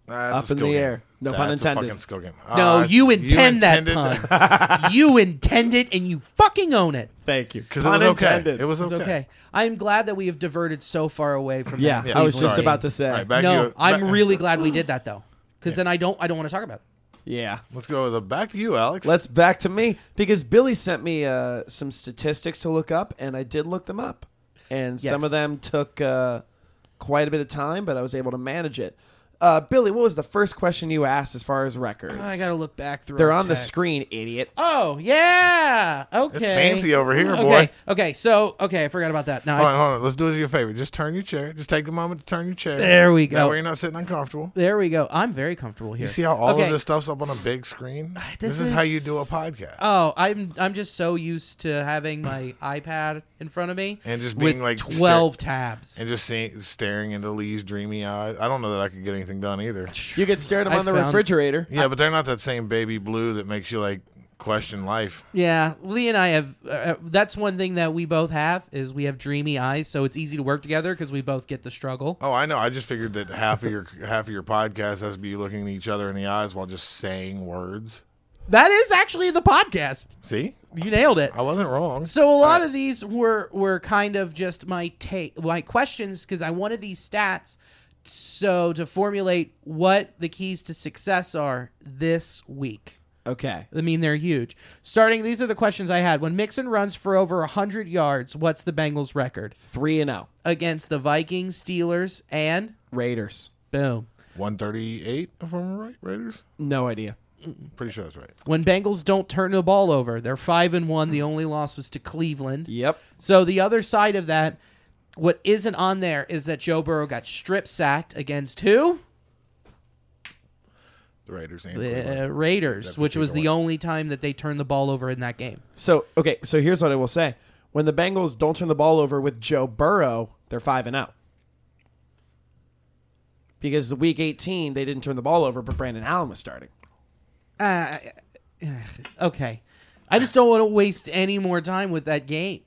That's a Up in skill the game. air. No that's pun A intended. fucking skill game. No, Uh, you intend that intended- pun. [laughs] you intend it, and you fucking own it. thank you. Because it was okay. It was It's okay. okay. I'm glad that we have diverted so far away from. Yeah, that. Yeah, I was just sorry. about to say. All right, back no, to you. I'm Ba- really glad we did that though, because then I don't I don't want to talk about it. Yeah. [laughs] Let's go with the back to you, Alex. Let's back to me because Billy sent me uh, some statistics to look up, and I did look them up, and some Yes. of them took uh, quite a bit of time, but I was able to manage it. Uh, Billy, what was the first question you asked as far as records? I gotta look back through. They're our on the text. screen, idiot. Oh yeah. Okay. fancy over here, okay. boy. Okay. So okay, I forgot about that. Now I Hold on, hold on. Let's do us a favor. Just turn your chair. Just take the moment to turn your chair. There we go. That way you're not sitting uncomfortable. There we go. I'm very comfortable here. You see how all Okay. Uh, of this stuff's up on a big screen? This This, is, how you is- do a podcast. Oh, I'm I'm just so used to having [laughs] my iPad in front of me And just being with like stare- twelve tabs. and just seeing, staring into Lee's dreamy eyes. I don't know that I could get anything done either. You could stare at them I on the found- refrigerator. Yeah, but they're not that same baby blue that makes you like question life. Yeah, Lee and I have. Uh, that's one thing that we both have is we have dreamy eyes, so it's easy to work together because we both get the struggle. Oh, I know. I just figured that half of your [laughs] half of your podcast has to be looking at each other in the eyes while just saying words. That is actually the podcast. See, You nailed it. I wasn't wrong. So a lot of these were were kind of just my take, my questions, because I wanted these stats, so to formulate what the keys to success are this week. Okay. I mean, they're huge. Starting, these are the questions I had. When Mixon runs for over 100 yards, what's the Bengals' record? Three and oh. zero. Against the Vikings, Steelers, and Raiders. boom. One thirty-eight, if I'm right, Raiders. No idea. Pretty sure that's right. When Bengals don't turn the ball over, they're 5 and 1. The only loss was to Cleveland. Yep. So the other side of that, what isn't on there is that Joe Burrow got strip sacked against who? The Raiders. And Cleveland. The uh, Raiders, which was the only time that they turned the ball over in that game. So okay. So here's what I will say: When the Bengals don't turn the ball over with Joe Burrow, they're five and zero. Because the week 18, they didn't turn the ball over, but Brandon Allen was starting. Uh, okay. I just don't want to waste any more time with that game.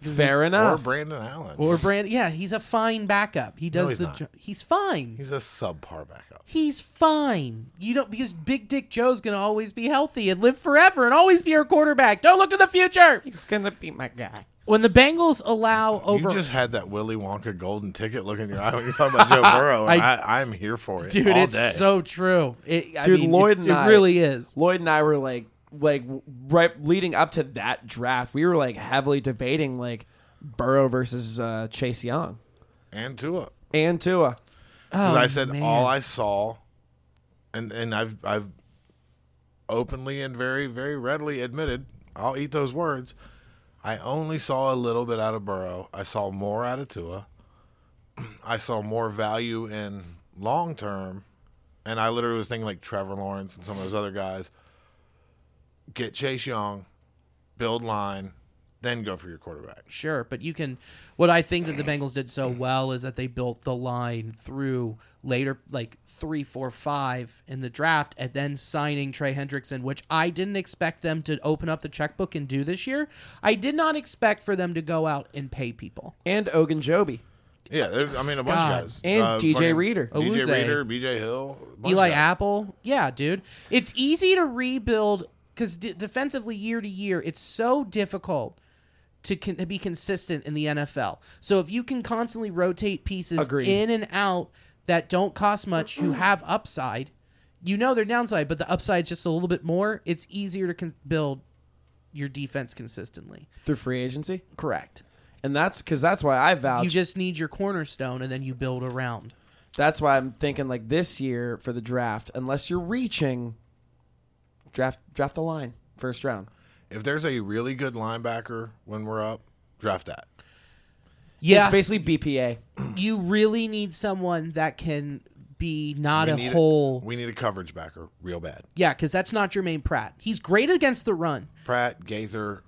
Fair or enough. Brandon Allen. Or Brand, yeah, he's a fine backup. He does he's the. not. jo- he's fine. He's, He's a subpar backup. fine. You don't because Big Dick Joe's gonna always be healthy and live forever and always be our quarterback. Don't look to the future. He's going to be my guy. When the Bengals allow over, You just had that Willy Wonka golden ticket look in your eye when you're talking about Joe Burrow. And [laughs] I- I, I, am here for it. dude, all it's day. so true. It, I Dude, mean, it, Lloyd and it I- really is. Lloyd and I were like, like right leading up to that draft, we were like heavily debating like Burrow versus uh, Chase Young and Tua. and Tua. Because I said all I saw, and and I've I've openly and very very readily admitted I'll eat those words. I only saw a little bit out of Burrow. I saw more out of Tua. I saw more value in long term, and I literally was thinking like Trevor Lawrence and some of those other guys. Get Chase Young, build line, then go for your quarterback. Sure, but you can. What I think that the Bengals did so well is that they built the line through later, like three, four, five in the draft, and then signing Trey Hendrickson, which I didn't expect them to open up the checkbook and do this year. I did not expect for them to go out and pay people. and Ogunjobi. Yeah, there's I mean a bunch God. of guys Uh, And DJ fucking Reader. DJ Awuzie. Reader, BJ Hill, a bunch of Eli guys. Apple, yeah, dude. It's easy to rebuild because d- defensively, year to year, it's so difficult. To, con- to be consistent in the NFL. So if you can constantly rotate pieces Agreed. in and out that don't cost much, you have upside. You know their downside, but the upside's just a little bit more. It's easier to con- build your defense consistently. through free agency, Correct. and that's because that's why I vouch. You just need your cornerstone, and then you build around. that's why I'm thinking like this year for the draft, unless you're reaching, draft draft a line first round. If there's a really good linebacker when we're up, draft that. Yeah, It's basically BPA. you really need someone that can be not need a hole. we need a coverage backer real bad. yeah, because that's not Jermaine Pratt. He's great against the run. Pratt, Gaither,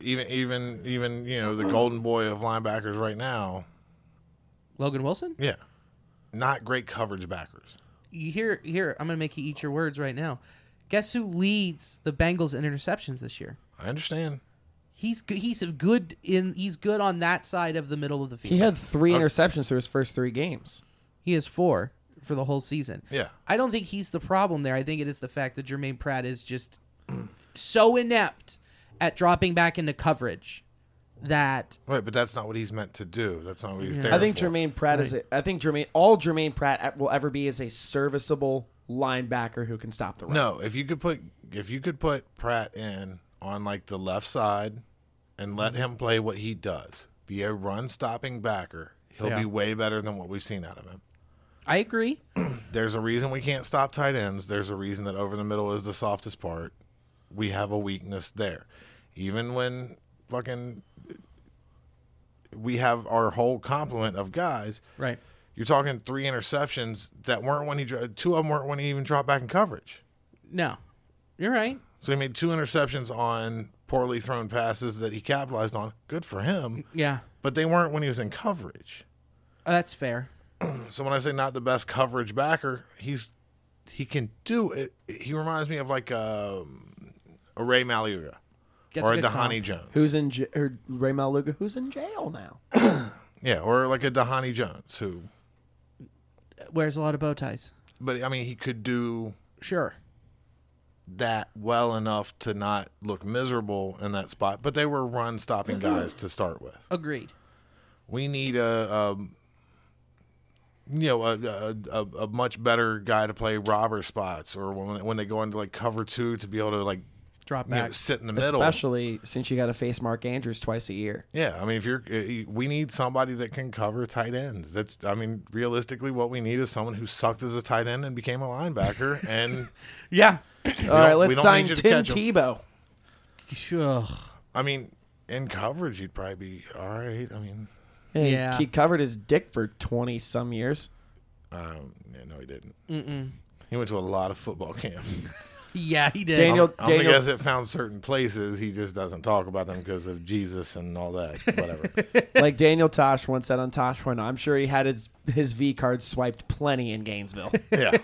even even even you know the golden boy of linebackers right now. Logan Wilson. Yeah, not great coverage backers. You hear here? I'm gonna make you eat your words right now. Guess who leads the Bengals in interceptions this year? I understand. He's good. He's a good in. He's good on that side of the middle of the field. He had three interceptions through his first three games. He has four for the whole season. Yeah. I don't think he's the problem there. I think it is the fact that Jermaine Pratt is just so inept at dropping back into coverage that Right, but that's not what he's meant to do. That's not what he's there I think for. Jermaine Pratt is. A, I think Jermaine all Jermaine Pratt will ever be is a serviceable linebacker who can stop the run. No, if you could put if you could put Pratt in on like the left side and let him play what he does, be a run stopping backer, he'll Yeah. be way better than what we've seen out of him. I agree. There's a reason we can't stop tight ends. There's a reason that over the middle is the softest part. We have a weakness there. Even when fucking we have our whole complement of guys, Right. you're talking three interceptions that weren't when he dro- two of them weren't when he even dropped back in coverage. No. You're right. So he made two interceptions on poorly thrown passes that he capitalized on. Good for him, Yeah. but they weren't when he was in coverage. Uh, that's fair. So when I say not the best coverage backer, he's he can do it. He reminds me of like um, a Ray Maliuga Gets or a good comp. Dahani Jones. Who's in j- or Ray Maluga? Who's in jail now? yeah, or like a Dahani Jones who. wears a lot of bow ties? But I mean, he could do Sure. that well enough to not look miserable in that spot. But they were run stopping guys to start with. Agreed. we need a, um you know a, a, a, a much better guy to play robber spots or when, when they go into like cover two to be able to like Drop you know, back. sit in the middle Especially since you got to face Mark Andrews twice a year. yeah i mean if you're uh, we need somebody that can cover tight ends that's i mean realistically what we need is someone who sucked as a tight end and became a linebacker and Yeah. All right, don't- we let's don't sign need you to Tim catch 'em. Tebow. Sure. i mean in coverage you'd probably be all right i mean Hey, Yeah. He covered his dick for twenty some years. um, yeah, no he didn't Mm-mm. he went to a lot of football [laughs] camps Yeah, he did. Daniel, I'm gonna Daniel, guess it found certain places. He just doesn't talk about them because of Jesus and all that. Whatever. like Daniel Tosh once said on Tosh Point, I'm sure he had his, his V card swiped plenty in [laughs] Gainesville. yeah.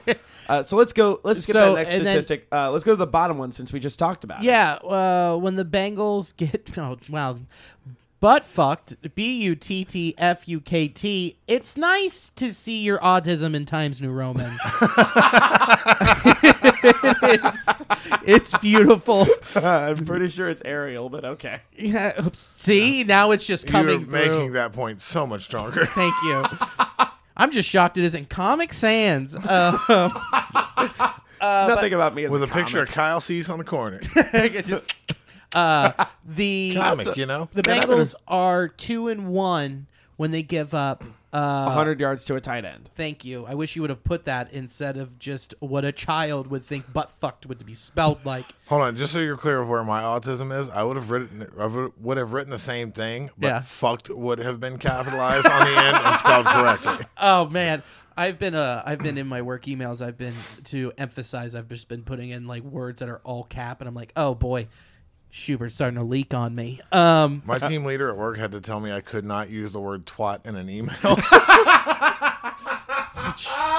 uh, so let's go. Let's skip So, that next and then- statistic. uh, let's go to the bottom one since we just talked about it. Yeah, uh, when the Bengals get [laughs] oh wow, butt fucked. B u t t f u k t. It's nice to see your autism in Times New [laughs] Roman. it's, it's beautiful. [laughs] I'm pretty sure it's Ariel, but okay. Yeah, oops. See, now it's just coming You're through. making that point so much stronger. Thank you. I'm just shocked it isn't Comic Sans. Uh, Nothing about me is With a, comic. picture of Kyle Cease on the corner. [laughs] it's just- uh, the Comic, you know? the Bengals are two and one when they give up. Uh, 100 yards to a tight end. Thank you. I wish you would have put that instead of just what a child would think butt fucked would be spelled like. Hold on, just so you're clear of where my autism is, I would have written it- I would- would have written the same thing, but Yeah. fucked would have been capitalized on the end and [laughs] spelled correctly. oh man, I've been uh I've been in my work emails. I've been to emphasize. I've just been putting in like words that are all cap, and I'm like, oh boy, Schubert's starting to leak on me. Um, My team leader at work had to tell me I could not use the word twat in an email.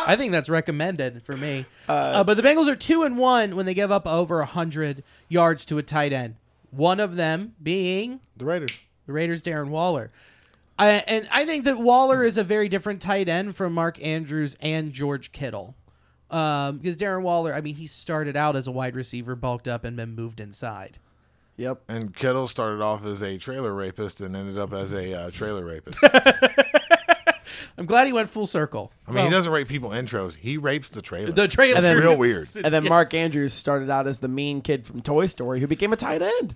I think that's recommended for me. Uh, but the Bengals are two and one when they give up over hundred yards to a tight end. One of them being the Raiders. the Raiders' Darren Waller. I, and I think that Waller is a very different tight end from Mark Andrews and George Kittle. Um, because Darren Waller, I mean, he started out as a wide receiver, bulked up, and then moved inside. Yep. And Kittle started off as a trailer rapist and ended up as a uh, trailer [laughs] rapist. I'm glad he went full circle. I mean, he doesn't rape people intros. He rapes the trailer. The trailer And then- real weird. And then Mark Andrews started out as the mean kid from Toy Story who became a tight end.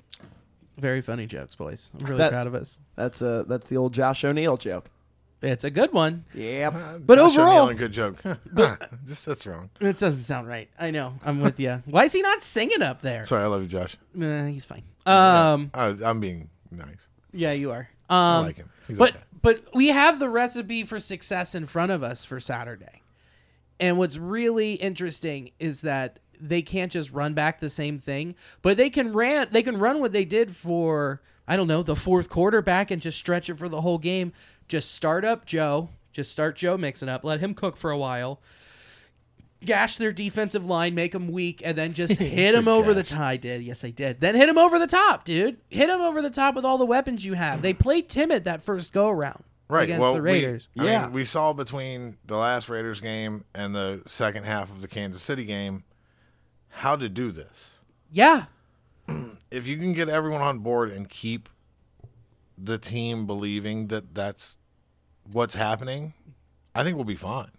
Very funny jokes, boys. I'm really That- proud of us. That's uh that's the old Josh O'Neill joke. Uh, It's a good one. Yeah. But Josh O'Neill overall, and good joke. [laughs] Just that's wrong. It doesn't sound right. I know. I'm with you. Why is he not singing up there? Sorry, I love you, Josh. Uh, he's fine. Um, I, I'm being nice. yeah, you are. Um, like him. He's but okay. but we have the recipe for success in front of us for Saturday, and what's really interesting is that they can't just run back the same thing, but they can ran they can run what they did for I don't know the fourth quarter back and just stretch it for the whole game. Just start up Joe. Just start Joe mixing up. Let him cook for a while. gash their defensive line, make them weak, and then [laughs] just hit them over the top. I did. Yes, I did. Then hit them over the top, dude. Hit them over the top with all the weapons you have. They played timid that first go around Right. against well, the Raiders. We, I Yeah. mean, we saw between the last Raiders game and the second half of the Kansas City game how to do this. yeah. if you can get everyone on board and keep the team believing that that's what's happening, I think we'll be fine.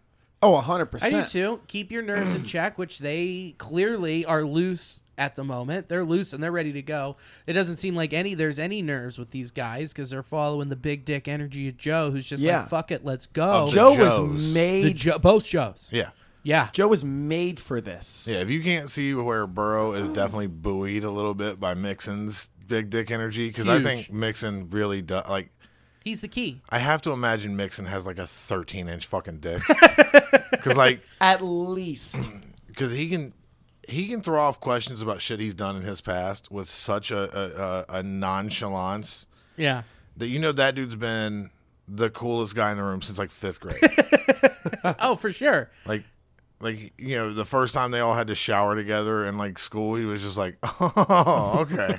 Oh, hundred I percent. do too. Keep your nerves in check, which they clearly are loose at the moment. They're loose and they're ready to go. It doesn't seem like any there's any nerves with these guys because they're following the big dick energy of Joe, who's just Yeah. like, "Fuck it, let's go." Of Joe Joes. the was made. Joe, both Joes. Oh, Yeah. Yeah. Joe was made for this. Yeah. If you can't see where Burrow is definitely buoyed a little bit by Mixon's big dick energy, because I Huge. think Mixon really does. Like, he's the key. I have to imagine Mixon has like a 13 inch [laughs] fucking dick. [laughs] Because, like, At least. because he can he can throw off questions about shit he's done in his past with such a a, a, a nonchalance Yeah. that you know that dude's been the coolest guy in the room since like fifth [laughs] grade. Oh, for sure. like, like you know, the first time they all had to shower together in like school, he was just like, [laughs] "Oh, [laughs] okay."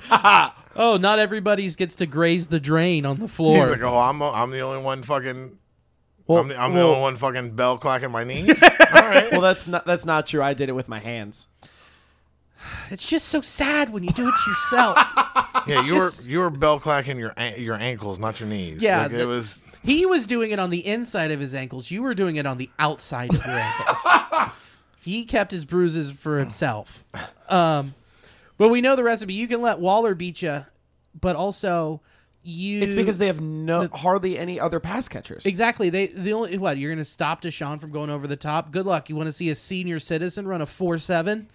Oh, not everybody's gets to graze the drain on the He's floor. like, "Oh, I'm I'm the only one fucking." I'm, the, I'm the well- only one fucking bell clacking my [laughs] knees. All right. Well, that's not that's not true. I did it with my hands. it's just so sad when you do it to yourself. Yeah, you were you were bell clacking your an- your ankles, not your knees. Yeah, Like, the- it was. he was doing it on the inside of his ankles. You were doing it on the outside of your ankles. he kept his bruises for himself. Um, but we know the recipe. You can let Waller beat you, but also you. It's because they have no hardly any other pass catchers. Exactly. They the only what you're going to stop Deshaun from going over the top. Good luck. You want to see a senior citizen run a four seven?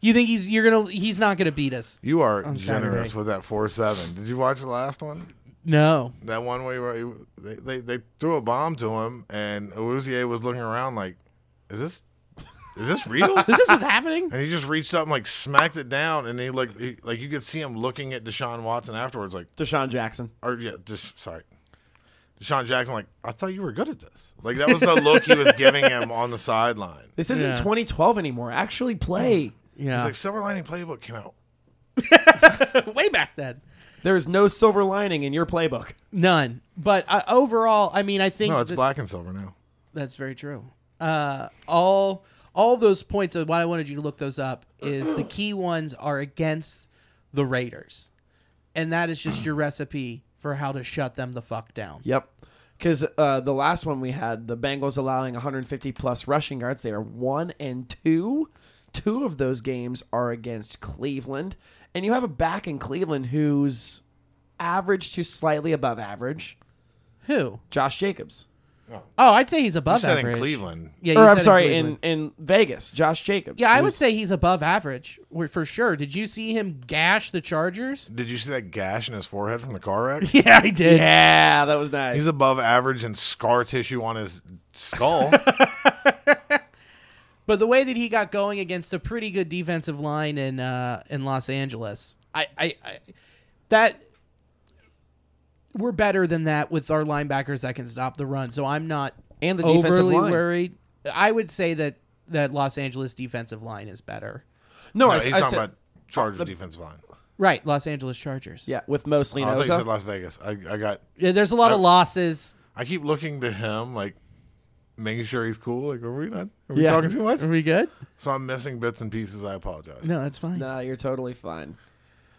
You think he's you're gonna he's not gonna beat us? You are Saturday. generous with that four seven. Did you watch the last one? No. That one way where he, they, they they threw a bomb to him, and Awuzie was looking around like, "Is this is [laughs] this real?" Is this what's happening? and he just reached up and like smacked it down, and he like he, like you could see him looking at Deshaun Watson afterwards, like, [laughs] Deshaun Jackson. or yeah, just sorry. Deshaun Jackson, like, I thought you were good at this. Like, that was the look he was giving him on the sideline. This isn't Yeah. 2012 anymore. Actually, play. It's Yeah. like Silver Lining Playbook came out. Way back then. There is no silver lining in your playbook. None. But uh, overall, I mean, I think No, it's that- black and silver now. that's very true. Uh, all all those points of why I wanted you to look those up is the key ones are against the Raiders, and that is just your recipe for how to shut them the fuck down. Yep. Because uh, the last one we had, the Bengals allowing 150 plus rushing yards. They are one and two. Two of those games are against Cleveland, and you have a back in Cleveland who's average to slightly above average. Who? Josh Jacobs. Oh, I'd say he's above You said average. in Cleveland. Yeah, you or said I'm in sorry, Cleveland. in, in Vegas, Josh Jacobs. yeah, I would who's- say he's above average w- for sure. Did you see him gash the [laughs] Chargers? Did you see that gash in his forehead from the car wreck? Yeah, I did. Yeah, that was nice. He's above average in scar tissue on his [laughs] skull. But the way that he got going against a pretty good defensive line in uh, in Los Angeles, I, I, I that we're better than that with our linebackers that can stop the run. So I'm not And the defensive overly line. worried. I would say that that Los Angeles defensive line is better. no, no, I, he's I talking said, about Chargers defense line. Right, Los Angeles Chargers. yeah, with mostly Oh, I thought you said Noza. Las Vegas. I, I got. Yeah, there's a lot of losses. I keep looking to him, like making sure he's cool. Like, are we not? Are we Yeah. talking too much? Are we good? So I'm missing bits and pieces. I apologize. No, that's fine. No, you're totally fine.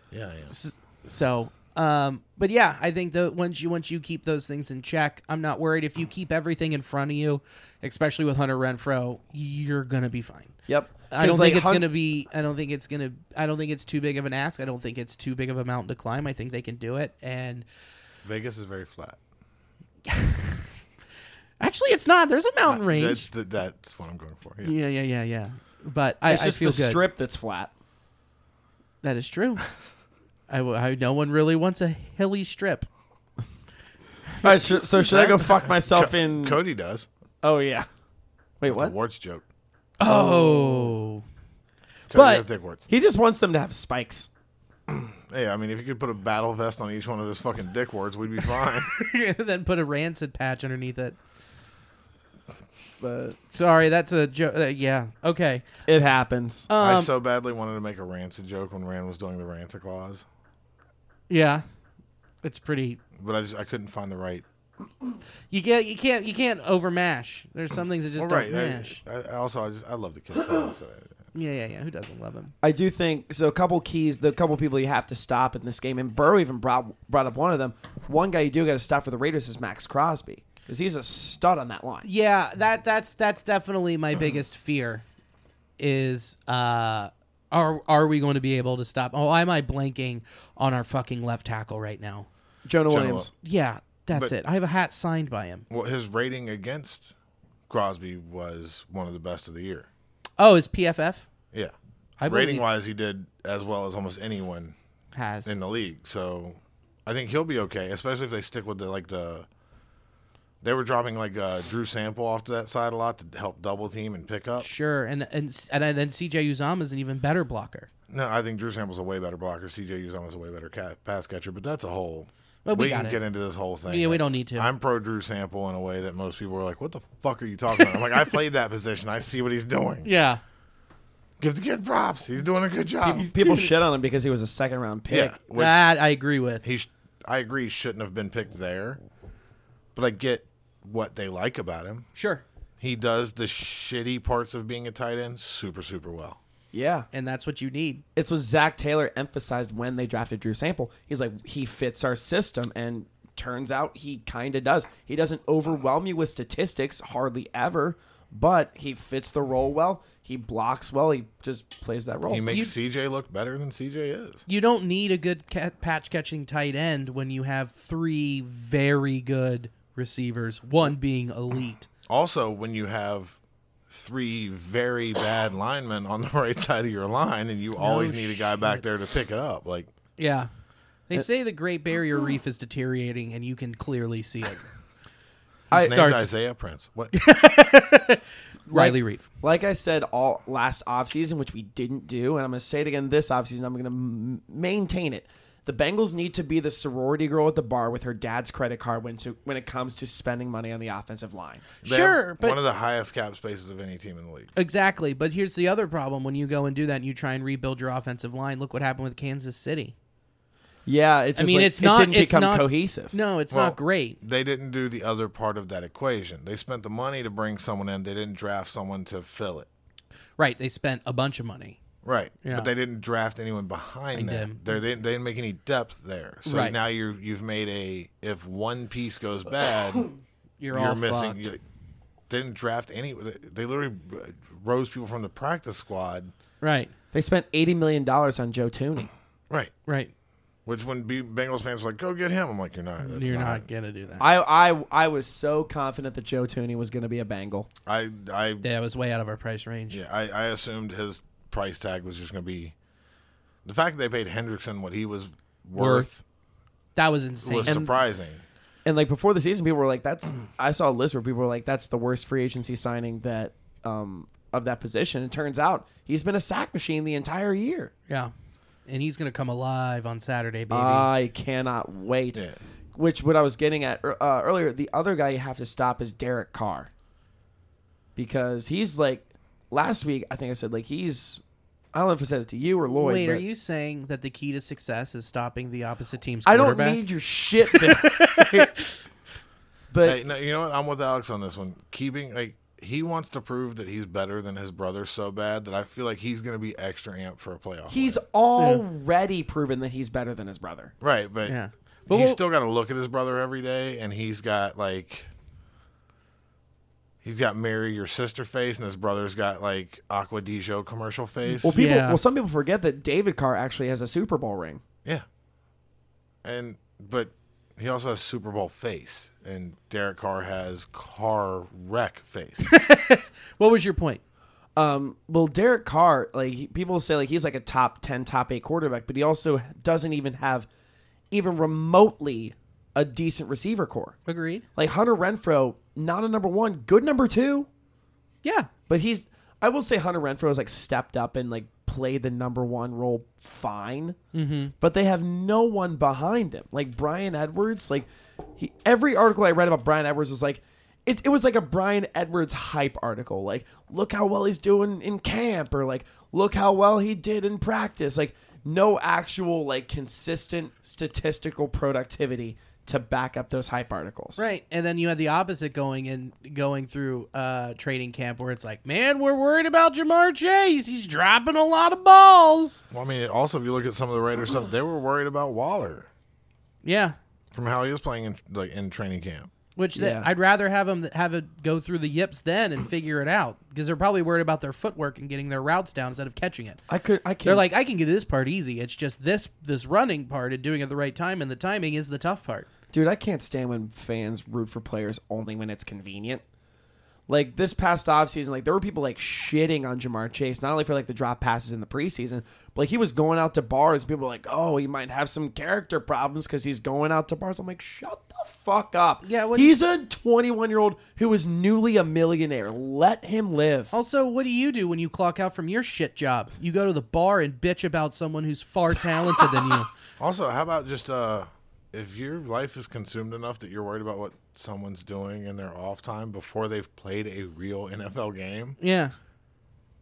Yeah, yeah. So Um, but yeah, I think that once you once you keep those things in check, I'm not worried. If you keep everything in front of you, especially with Hunter Renfro, you're gonna be fine. Yep. I don't think it's going to be. I don't think it's going to. I don't think it's too big of an ask. I don't think it's too big of a mountain to climb. I think they can do it. And Vegas is very flat. actually, it's not. There's a Uh, mountain That's range. the, that's what I'm going for. Yeah. Yeah, yeah, yeah, yeah. But I, It's I just feel the good. strip [laughs] that's flat. That is true. I, w- I- no one really wants a hilly strip. All right, sh- so should I go fuck myself in? Cody does. Oh yeah. Wait, It's a what? warts joke. Oh, Cody But- has dick warts. He just wants them to have spikes. Yeah, I mean, if you could put a battle vest on each one of his fucking dick warts, we'd be [laughs] fine. [laughs] then put a rancid patch underneath it. But sorry, that's a joke. Uh, yeah. Okay. It happens. I so badly wanted to make a rancid joke when Rand was doing the rancid clause, Yeah. It's pretty but I just I couldn't find the right. You can't you can't you can't over mash. There's some things that just Well, right. don't I, mash. I- I also I just I love the kiss. [gasps] songs, so I- yeah, yeah, yeah. Who doesn't love him? I do think so. A couple keys, the couple people you have to stop in this game, and Burrow even brought brought up one of them. One guy you do got to stop for the Raiders is Max Crosby because he's a stud on that line. Yeah, that that's that's definitely [clears throat] my biggest fear is uh are are we going to be able to stop? Oh, why am I blanking on our fucking left tackle right now? Jonah Williams. Yeah, that's But- it. I have a hat signed by him. Well, his rating against Crosby was one of the best of the year. Oh, is PFF Yeah, I believe- rating wise, he did as well as almost anyone has in the league. So I think he'll be okay, especially if they stick with the like the. They were dropping like uh, Drew Sample off to that side a lot to help double team and pick up. sure and and and then CJ Uzama is an even better blocker. No, I think Drew Sample's a way better blocker. CJ Uzama's a way better ca- pass catcher, but that's a whole. Well, we we can got it. get into this whole thing. Yeah, we Like, don't need to. I'm pro Drew Sample in a way that most people are like, "What the fuck are you talking about?" I'm like, "I played that position. I see what he's doing. Yeah. Give the kid props. He's doing a good job." People shit on him because he was a second round pick. yeah, which that I agree with. he, sh- I agree, shouldn't have been picked there, but I get what they like about him. Sure. He does the shitty parts of being a tight end super, super well. Yeah. And that's what you need. It's what Zach Taylor emphasized when they drafted Drew Sample. He's like, he fits our system, and turns out he kind of does. He doesn't overwhelm you with statistics hardly ever, but he fits the role well. He blocks well. He just plays that role. He makes CJ look better than CJ is. you don't need a good ca- patch catching tight end when you have three very good receivers, one being elite. Also, when you have three very bad linemen on the [laughs] right side of your line and you always need a guy back there to pick it up, like Yeah. They say the Great Barrier Reef is deteriorating, and you can clearly see it. his name's starts- Isaiah Prince. [laughs] What? Riley Reef. like I said all last offseason, which we didn't do, and I'm going to say it again this offseason, I'm going to m- maintain it. The Bengals need to be the sorority girl at the bar with her dad's credit card when to, when it comes to spending money on the offensive line. They have sure, but one of the highest cap spaces of any team in the league. exactly. But here's the other problem: when you go and do that, and you try and rebuild your offensive line. Look what happened with Kansas City. Yeah, it's I mean, it's not. it didn't it's become not cohesive. No, it's Well, not great. They didn't do the other part of that equation. They spent the money to bring someone in. They didn't draft someone to fill it. Right? They spent a bunch of money. Right. Yeah. But they didn't draft anyone behind them. them. They didn't, they didn't make any depth there. So Right. now you're you've made a if one piece [laughs] goes bad, You're, you're all missing. fucked. you- they didn't draft any. They literally uh, rose people from the practice squad. Right. They spent eighty million dollars on Joe Tooney. Right. Right. Which when B- Bengals fans were like, "Go get him," I'm like, "You're not. That's You're not. not gonna do that. I, I I was so confident that Joe Tooney was going to be a Bengal. I I That was way out of our price range. yeah, I I assumed his price tag was just going to be the fact that they paid Hendrickson what he was worth, That was insane. was surprising. And like before the season, people were like, "That's." I saw a list where people were like, "That's the worst free agency signing that um of that position." It turns out he's been a sack machine the entire year. yeah. And he's going to come alive on Saturday, baby. I cannot wait. Yeah. Which what I was getting at er- uh, earlier, the other guy you have to stop is Derek Carr because he's like last week. I think I said like he's. I don't know if I said it to you or Lloyd. Wait, are but- you saying that the key to success is stopping the opposite team's I don't quarterback? need your shit. Bill. but Hey, no, you know what? I'm with Alex on this one. Keeping like he wants to prove that he's better than his brother so bad that I feel like he's going to be extra amped for a playoff. He's already proven that he's better than his brother. win. right, but, Yeah. But he's we'll- still got to look at his brother every day, and he's got like he's got marry your sister face, and his brother's got like Aqua Di Gio commercial face. Well, people. Yeah. Well, some people forget that David Carr actually has a Super Bowl ring. yeah, and but he also has Super Bowl face, and Derek Carr has car wreck face. What was your point? Um, well, Derek Carr, like he- people say, like he's like a top ten, top eight quarterback, but he also doesn't even have even remotely a decent receiver core. Agreed. Like Hunter Renfro, not a number one, good number two, Yeah. but he's. I will say Hunter Renfro has like stepped up and like played the number one role fine, mm-hmm. but they have no one behind him. Like Brian Edwards, like he, every article I read about Brian Edwards was like. It, it was like a Brian Edwards hype article. Like, look how well he's doing in camp, or like, look how well he did in practice. Like, no actual, like, consistent statistical productivity to back up those hype articles. Right, and then you had the opposite going in going through uh training camp where it's like, man, we're worried about Jamar Chase. He's dropping a lot of balls. Well, I mean, also if you look at some of the Raiders stuff, they were worried about Waller Yeah, from how he was playing in like in training camp. which the- Yeah. I'd rather have them have it go through the yips then and figure it out because they're probably worried about their footwork and getting their routes down instead of catching it. I could. I can't. They're like, I can get this part easy. It's just this this running part and doing it at the right time, and the timing is the tough part. Dude, I can't stand when fans root for players only when it's convenient. Like this past offseason, like there were people like shitting on Jamar Chase, not only for like the drop passes in the preseason, but like he was going out to bars. People were like, oh, he might have some character problems because he's going out to bars. I'm like, shut the fuck up. Yeah, what- he's a 21 year old who is newly a millionaire. Let him live. Also, what do you do when you clock out from your shit job? You go to the bar and bitch about someone who's far talented than you. Also, how about just uh if your life is consumed enough that you're worried about what someone's doing in their off time before they've played a real NFL game, [laughs] Yeah.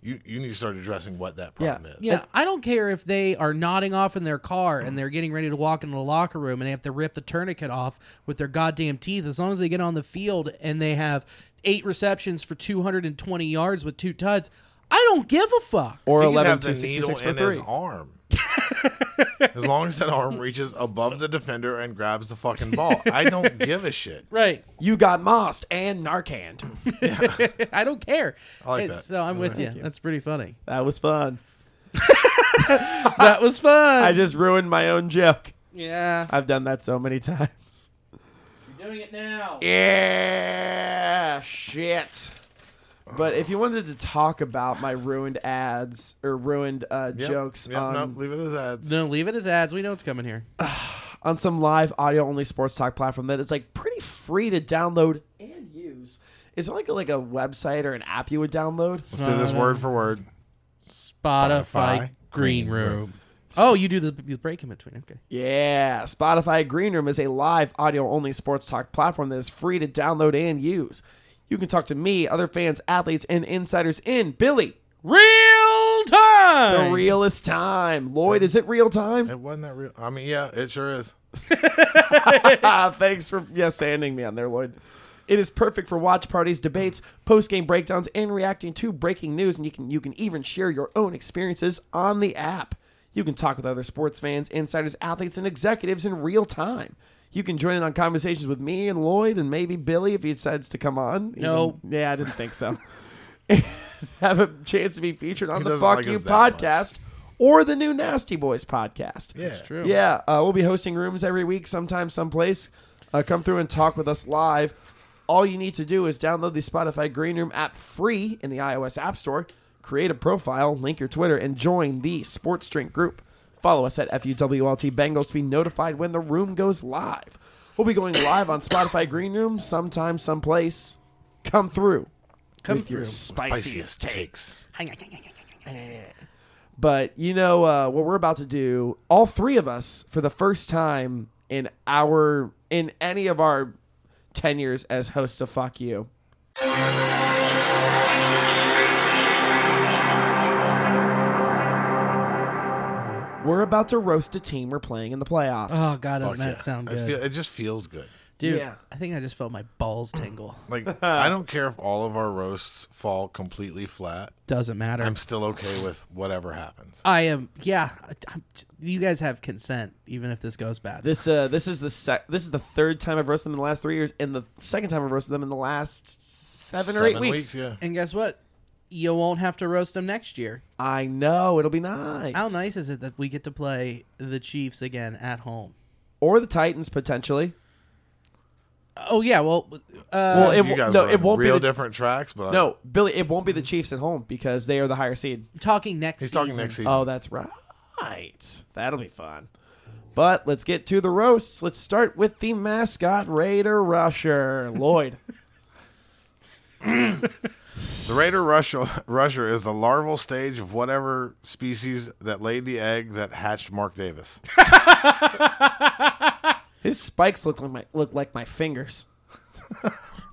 you you need to start addressing what that problem is. Yeah, I don't care if they are nodding off in their car and they're getting ready to walk into the locker room and they have to rip the tourniquet off with their goddamn teeth. As long as they get on the field and they have eight receptions for 220 yards with two tuds, I don't give a fuck. or He could 11 have the to needle 66 for in his three. arm. [laughs] as long as that arm reaches above the defender and grabs the fucking ball, I [laughs] don't give a shit. Right. You got mossed and Narcan. [laughs] I don't care. I like And that. So I'm with you. That's pretty funny. that was fun. that was fun. I just ruined my own joke. yeah. I've done that so many [laughs] times. You're doing it now. Yeah, shit. But if you wanted to talk about my ruined ads or ruined uh, Yep, jokes Yep, on, no, leave it as ads. No, leave it as ads. We know it's coming here. on some live audio only sports talk platform that it's like pretty free to download and use, is it like a, like a website or an app you would download? Let's do this word for word. Spotify, Spotify, Green Green Room. Oh, you do the, the break in between. Okay. Yeah, Spotify Green Room is a live audio only sports talk platform that is free to download and use. You can talk to me, other fans, athletes, and insiders in Billy. Real time. The realest time. Lloyd, is it real time? [laughs] It wasn't that real. I mean, yeah, it sure is. Ah, thanks for yes handing me on there, Lloyd. It is perfect for watch parties, debates, post game breakdowns, and reacting to breaking news. And you can you can even share your own experiences on the app. You can talk with other sports fans, insiders, athletes, and executives in real time. You can join in on conversations with me and Lloyd and maybe Billy if he decides to come on. No. Even- yeah, I didn't think so. Have a chance to be featured on He the doesn't Fuck like You us that much. podcast or the new Nasty Boys podcast. Yeah. true. Yeah, uh, we'll be hosting rooms every week, sometime, someplace. Uh, come through and talk with us live. All you need to do is download the Spotify Green Room app free in the iOS App Store, create a profile, link your Twitter, and join the Sports Drink group. Follow us at FUWLT Bengals to be notified when the room goes live. We'll be going live on Spotify Green Room sometime, someplace. Come through. Come with your through. spiciest takes. Hang on. But you know uh, what we're about to do? All three of us, for the first time in our in any of our tenures as hosts of Fuck You, we're about to roast a team we're playing in the playoffs. Oh god, doesn't Fuck that yeah. sound It, good, feel- it just feels good. Dude, Yeah. I think I just felt my balls tingle. [laughs] Like I don't care if all of our roasts fall completely flat. Doesn't matter. I'm still okay with whatever happens. I am. Yeah, I- I'm- you guys have consent, even if this goes bad. This uh, this is the sec- this is the third time I've roasted them in the last three years, and the second time I've roasted them in the last seven, or eight weeks. yeah. and guess what? You won't have to roast them next year. I know it'll be nice. How nice is it that we get to play the Chiefs again at home? Or the Titans potentially. Oh yeah. Well, uh, Well, it you w- guys no, were it on won't be real the- different tracks, but [laughs] No, Billy, it won't be the Chiefs at home because they are the higher seed. talking next. he's talking season. next season. Oh, that's right. That'll be fun. But let's get to the roasts. Let's start with the mascot Raider Rusher, [laughs] Lloyd. The Raider rusher, [laughs] rusher is the larval stage of whatever species that laid the egg that hatched Mark Davis. His spikes look like my look like my fingers.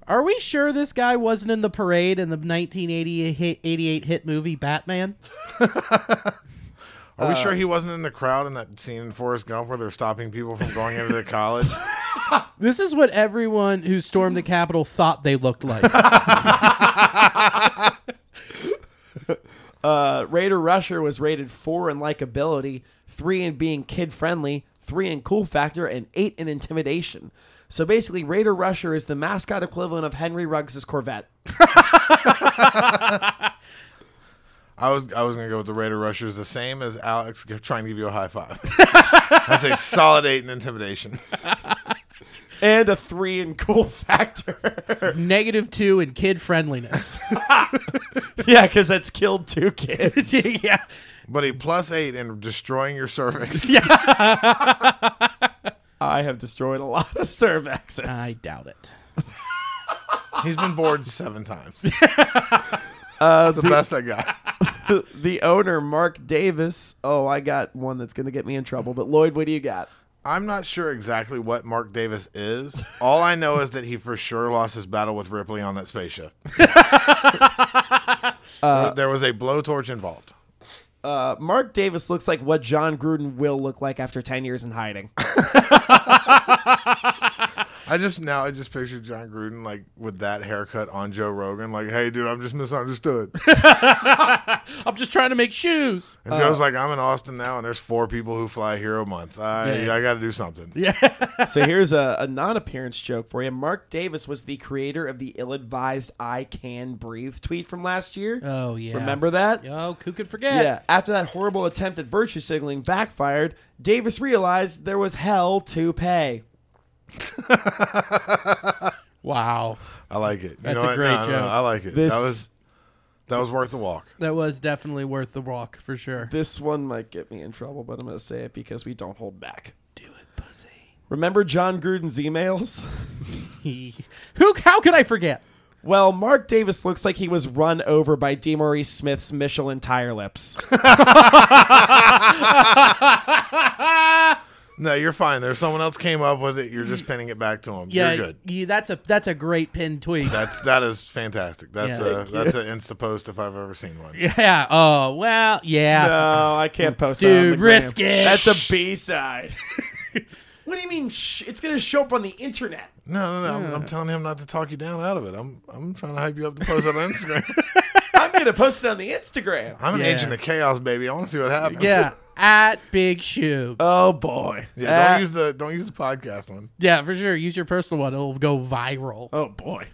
Are we sure this guy wasn't in the parade in the 1988 hit movie Batman? Uh, Are we sure he wasn't in the crowd in that scene in Forrest Gump where they're stopping people from going into the [laughs] college? This is what everyone who stormed the Capitol thought they looked like. [laughs] Uh, Raider Rusher was rated four in likability, three in being kid friendly, three in cool factor, and eight in intimidation. So basically, Raider Rusher is the mascot equivalent of Henry Ruggs' Corvette. I was I was gonna go with the Raider rusher is the same as Alex g- trying to give you a high [laughs] five. That's a solid eight in intimidation. And a three in cool [laughs] factor. Negative two in kid friendliness. [laughs] [laughs] yeah, because that's killed two kids. [laughs] yeah. But a plus eight in destroying your [laughs] cervix. I have destroyed a lot of cervexes. I doubt it. He's been bored [laughs] seven times. Uh, That's the best I got. the owner, Mark Davis. Oh, I got one that's going to get me in trouble. But Lloyd, what do you got? I'm not sure exactly what Mark Davis is. All I know is that he for sure lost his battle with Ripley on [laughs] that spaceship. Uh, there was a blowtorch involved. Uh, Mark Davis looks like what John Gruden will look like after 10 years in hiding. I just now I just pictured John Gruden like with that haircut on Joe Rogan, like, "Hey, dude, I'm just misunderstood." I'm just trying to make shoes. And Joe's like, "I'm in Austin now, and there's four people who fly Hero Month. I Yeah. I got to do something." [laughs] so here's a, a non appearance joke for you. Mark Davis was the creator of the ill advised I can breathe tweet from last year. Oh, yeah. Remember that? Oh, who could forget? Yeah. After that horrible attempt at virtue signaling backfired, Davis realized there was hell to pay. Wow. I like it. You That's know a what? great No, no, no, joke. I like it. This- That was that was worth the walk. That was definitely worth the walk for sure. This one might get me in trouble, but I'm going to say it because we don't hold back. Do it, pussy. Remember John Gruden's emails? [laughs] who? How could I forget? Well, Mark Davis looks like he was run over by DeMaurice Smith's Michelin tire lips. No, you're fine. There's someone else came up with it. You're just pinning it back to him. Yeah, you're good. you- that's a that's a great pinned tweet. That's that is fantastic. That's Yeah. a that's an insta post if I've ever seen one. [laughs] yeah. Oh well. Yeah. no, I can't post that. on Dude, the gram. risk it. That's a B side. what do you mean? Sh- it's going to show up on the internet. No, no, no. I'm, I'm telling him not to talk you down out of it. I'm I'm trying to hype you up to post it [laughs] on Instagram. I'm going to post it on [laughs] the Instagram. I'm an Yeah. agent of chaos, baby. I want to see what happens. [laughs] Yeah. At Big Shoes. Oh, boy. Yeah, Uh, don't Ah, use the don't use the podcast one. yeah, for sure. Use your personal one; it'll go viral. oh, boy.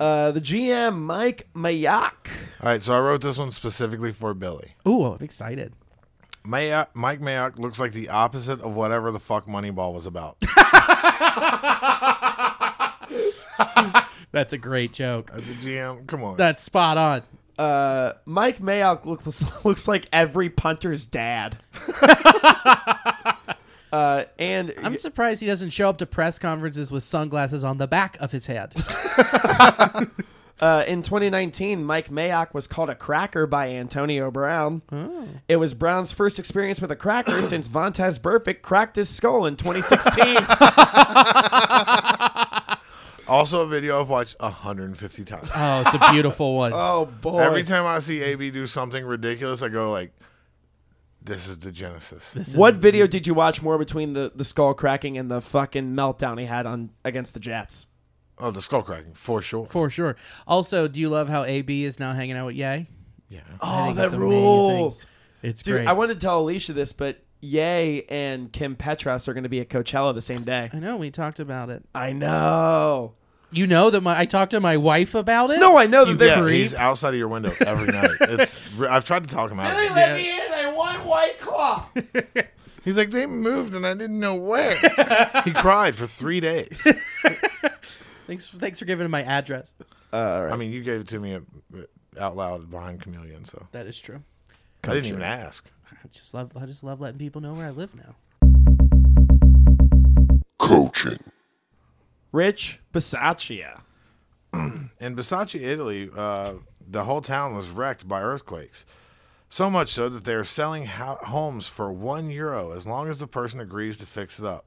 Uh, the GM, Mike Mayak. All right, so I wrote this one specifically for Billy. Ooh, I'm excited. Mayock, Mike Mayock looks like the opposite of whatever the fuck Moneyball was about. [laughs] That's a great joke. As a GM, come on. That's spot on. Uh, Mike Mayock looks, [laughs] looks like every punter's [laughs] dad. uh, and I'm surprised he doesn't show up to press conferences with sunglasses on the back of his head. Uh, in 2019, Mike Mayock was called a cracker by Antonio Brown. It was Brown's first experience with a [coughs] cracker since Vontez Burfict cracked his skull in 2016. also, a video I've watched 150 times. Oh, it's [laughs] a beautiful one. [laughs] oh boy! Every time I see AB do something ridiculous, I go like, This is the genesis. What video did you watch more between the, the skull cracking and the fucking meltdown he had on against the Jets? oh, the skull cracking for sure. For sure. Also, do you love how AB is now hanging out with Yay? Yeah. Oh, that rules. It's Dude, great. I wanted to tell Alicia this, but Yay and Kim Petras are going to be at Coachella the same day. I know we talked about it. I know. You know that my I talked to my wife about it. No, I know that they're yeah, he's outside of your window every night. It's I've tried to talk him out. of it. let me in. I want White Claw. He's like, they moved and I didn't know where. he cried for three days. Thanks, thanks for giving him my address. I mean, you gave it to me uh, out loud behind Chameleon, so That is true. I didn't even ask. I just love I just love letting people know where I live now. Coaching. Rich Bisaccia. In Bisaccia, Italy, uh, the whole town was wrecked by earthquakes. So much so that they are selling ho- homes for one euro as long as the person agrees to fix it up.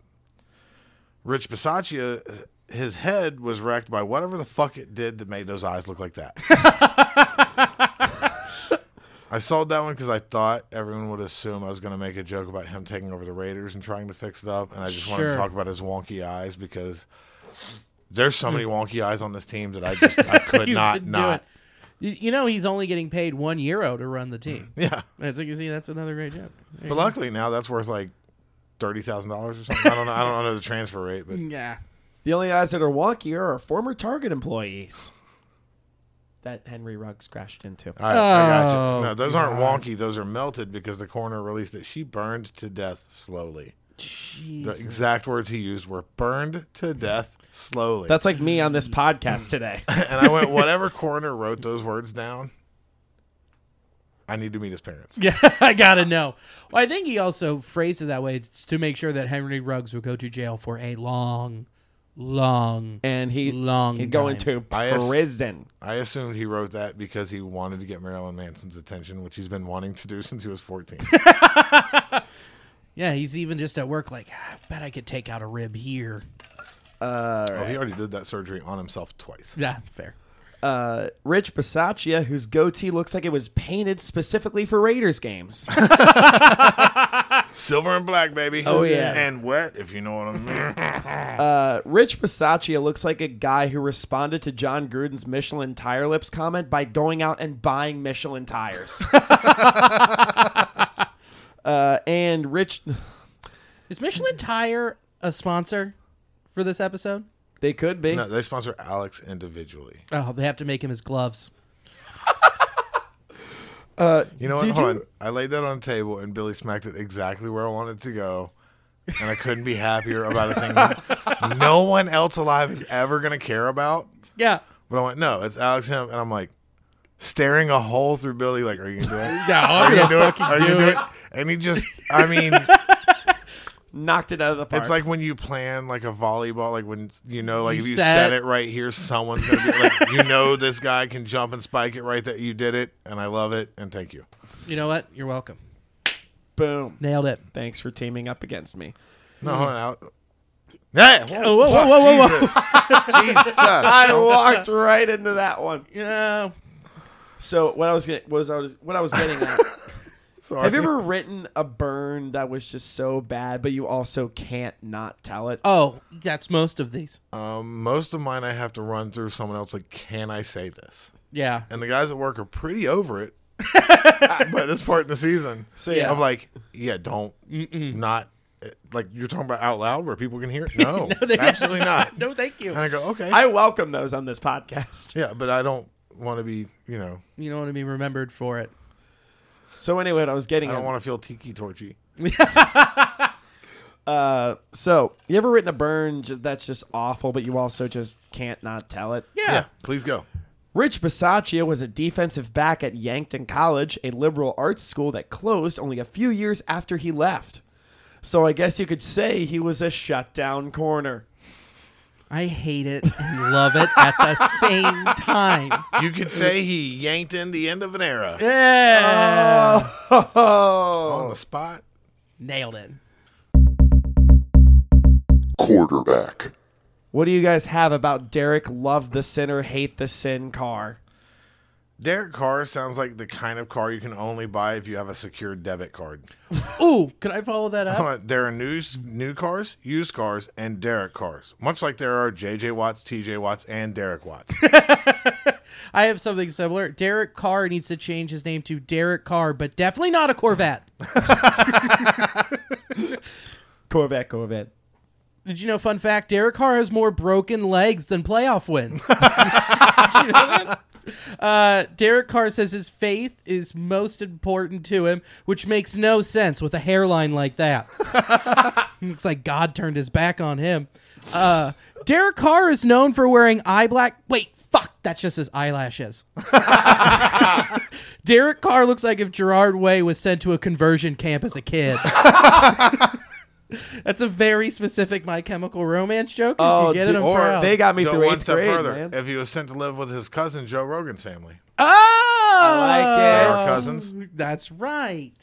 Rich Bisaccia, his head was wrecked by whatever the fuck it did that made those eyes look like that. I sold that one because I thought everyone would assume I was going to make a joke about him taking over the Raiders and trying to fix it up. And I just wanted Sure. to talk about his wonky eyes because there's so [laughs] many wonky eyes on this team that I just I could You not couldn't not. do it. You, you know he's only getting paid one euro to run the [laughs] team. [laughs] Yeah. That's like you see, that's another great joke. But luckily now that's worth like thirty thousand dollars or something. I don't know. I don't know the transfer rate, but Yeah. The only eyes that are wonky are our former Target employees that Henry Ruggs crashed into. [laughs] I, I Oh, got you. No, those aren't wonky. Those are melted because the coroner released that she burned to death slowly. The exact words he used were "burned to death slowly." That's like me on this podcast today. [laughs] and I [laughs] went, whatever coroner wrote those words down, I need to meet his parents. Yeah, [laughs] I gotta know. Well, I think he also phrased it that way s- to make sure that Henry Ruggs would go to jail for a long, long. And he Long he'd go time. into I ass- prison. I assumed he wrote that because he wanted to get Marilyn Manson's attention, which he's been wanting to do [laughs] since he was 14. Yeah, he's even just at work like, "Ah, I bet I could take out a rib here. Oh, he already did that surgery on himself twice. Yeah, fair. Uh, Rich Bisaccia, whose goatee looks like it was painted specifically for Raiders games. Silver and black, baby. Oh, yeah. And wet, if you know what I mean. Rich Bisaccia looks like a guy who responded to John Gruden's Michelin tire lips comment by going out and buying Michelin tires. [laughs] uh, and Rich, [sighs] Is Michelin Tire a sponsor for this episode? they could be. no, they sponsor Alex individually. Oh, they have to make him his gloves. You know what? Did Hold you- on. I laid that on the table, and Billy smacked it exactly where I wanted to go. And I couldn't be happier about a thing that no one else alive is ever going to care about. Yeah. But I went, no, it's Alex him, and I'm like staring a hole through Billy. Like, are you gonna do it? Yeah, Are I'm you gonna gonna do it? fucking Are you do gonna do it. it? And he just, I mean, Knocked it out of the park. it's like when you plan like a volleyball, like when you know, like You if you set- set it right here, someone's gonna do it. Like, [laughs] you know, this guy can jump and spike it right that you did it, and I love it, and thank you. You know what? You're welcome. boom. Nailed it. Thanks for teaming up against me. No, hold on. Al- Hey, whoa, Oh, whoa, fuck, whoa, whoa, Jesus. [laughs] Jesus. [laughs] I walked right into that one. Yeah. So what I was getting was I was what I was getting at. Sorry. Have you ever written a burn that was just so bad, but you also can't not tell it? Oh, that's most of these. Um, most of mine, I have to run through someone else. Like, can I say this? Yeah. and the guys at work are pretty [laughs] over it by this part in the season. So yeah. I'm like, yeah, don't not eh, like you're talking about out loud where people can hear. [laughs] It? No, absolutely not. No, thank you. And I go, okay, I welcome those on this podcast. [laughs] yeah, but I don't want to be, you know, You don't want to be remembered for it. So anyway, what I was getting I at. don't want to feel tiki torchy. So, you ever written a burn ju- that's just awful, but you also just can't not tell it? Yeah. please go. Rich Bisaccia was a defensive back at Yankton College, a liberal arts school that closed only a few years after he left. So, I guess you could say he was a shutdown corner. I hate it and love it at the same time. You could say he yanked in the end of an era [laughs] Yeah. Oh. on the spot. Oh. Nailed it. Quarterback. What do you guys have about Derek love the sinner, hate the sin car? Derek Carr sounds like the kind of car you can only buy if you have a secured debit card. Ooh, could I follow that up? Uh, there are new new cars, used cars, and Derek cars. Much like there are JJ Watts, TJ Watts, and Derek Watts. I have something similar. Derek Carr needs to change his name to Derek Carr, but definitely not a Corvette. Corvette, Corvette. Did you know? Fun fact: Derek Carr has more broken legs than playoff wins. Did you know that? Uh, Derek Carr says his faith is most important to him, which makes no sense with a hairline like that. [laughs] Looks like God turned his back on him. Uh, Derek Carr is known for wearing eye black. Wait, fuck, that's just his eyelashes. [laughs] Derek Carr looks like if Gerard Way was sent to a conversion camp as a kid. [laughs] That's a very specific My Chemical Romance joke. Oh, if you get dude, it, I'm or proud. they got [laughs] me Go through one eighth step grade, further. man. If he was sent to live with his cousin Joe Rogan's family, Oh, I like it. Our cousins. That's right.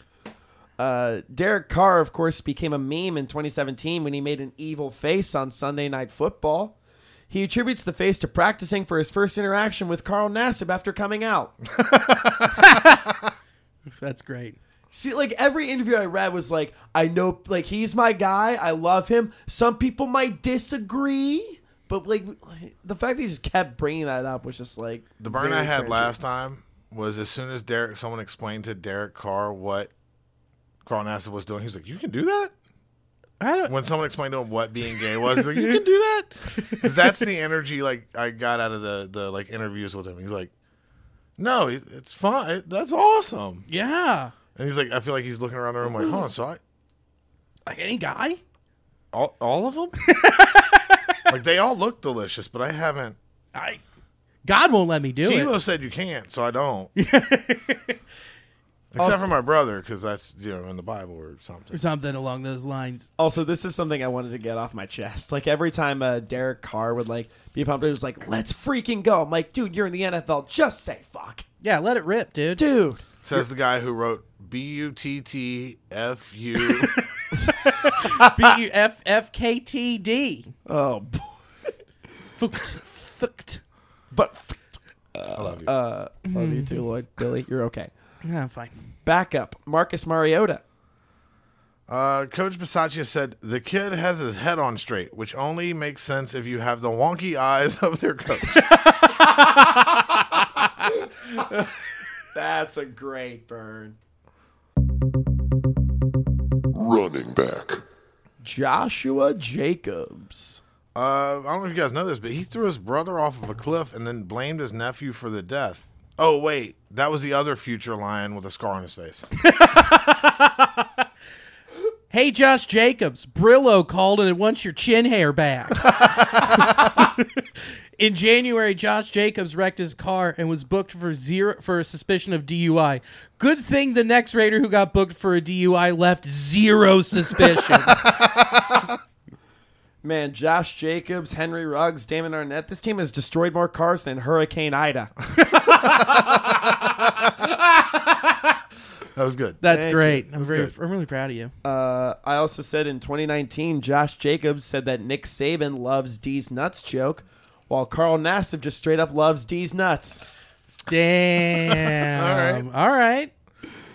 Uh, Derek Carr, of course, became a meme in 2017 when he made an evil face on Sunday Night Football. He attributes the face to practicing for his first interaction with Carl Nassib after [laughs] coming out. [laughs] That's great. See, like every interview I read was like, I know, like he's my guy. I love him. Some people might disagree, but like the fact that he just kept bringing that up was just like the burn very I had cringy. last time was as soon as Derek, someone explained to Derek Carr what Carl Nassib was doing, he was like, "You can do that." I don't. When someone explained to him what being gay was, he's like, "You can do that," because that's the energy like I got out of the the like interviews with him. He's like, "No, it- it's fine. That's awesome." Yeah, And he's like, I feel like he's looking around the room like, huh, so I, like any guy. all, all of them? like, they all look delicious, but I haven't. I God won't let me do Tebow it. said you can't, so I [laughs] don't. Except for my brother, because that's, you know, in the Bible or something. Something along those lines. Also, this is something I wanted to get off my chest. Like every time uh, Derek Carr would like be pumped, it was like, "Let's freaking go!" I'm like, "Dude, you're in the NFL. Just say fuck, Yeah, let it rip, dude. dude." Says the guy who wrote B U T T F [laughs] U. B U F F K T D. Oh, [laughs] b- Fucked. Fucked. but uh, I love you. love you too, Lloyd. Billy, you're okay. No, I'm fine. Backup Marcus Mariota. Uh, Coach Bisaccia said, The kid has his head on straight, which only makes sense if you have the wonky eyes of their coach. [laughs] That's a great burn. running back, Joshua Jacobs. Uh, I don't know if you guys know this, but he threw his brother off of a cliff and then blamed his nephew for the death. Oh wait, that was the other future lion with a scar on his face. Hey, Josh Jacobs. Brillo called and it wants your chin hair back. [laughs] In January, Josh Jacobs wrecked his car and was booked for zero for a suspicion of DUI. Good thing the next Raider who got booked for a DUI left zero [laughs] suspicion. Man, Josh Jacobs, Henry Ruggs, Damon Arnett. This team has destroyed more cars than Hurricane Ida. That [laughs] was good. That's Thank great. I'm very, I'm really proud of you. Uh, I also said in 2019, Josh Jacobs said that Nick Saban loves D's nuts joke, while Carl Nassib just straight up loves D's nuts. [laughs] Damn. All [laughs] right.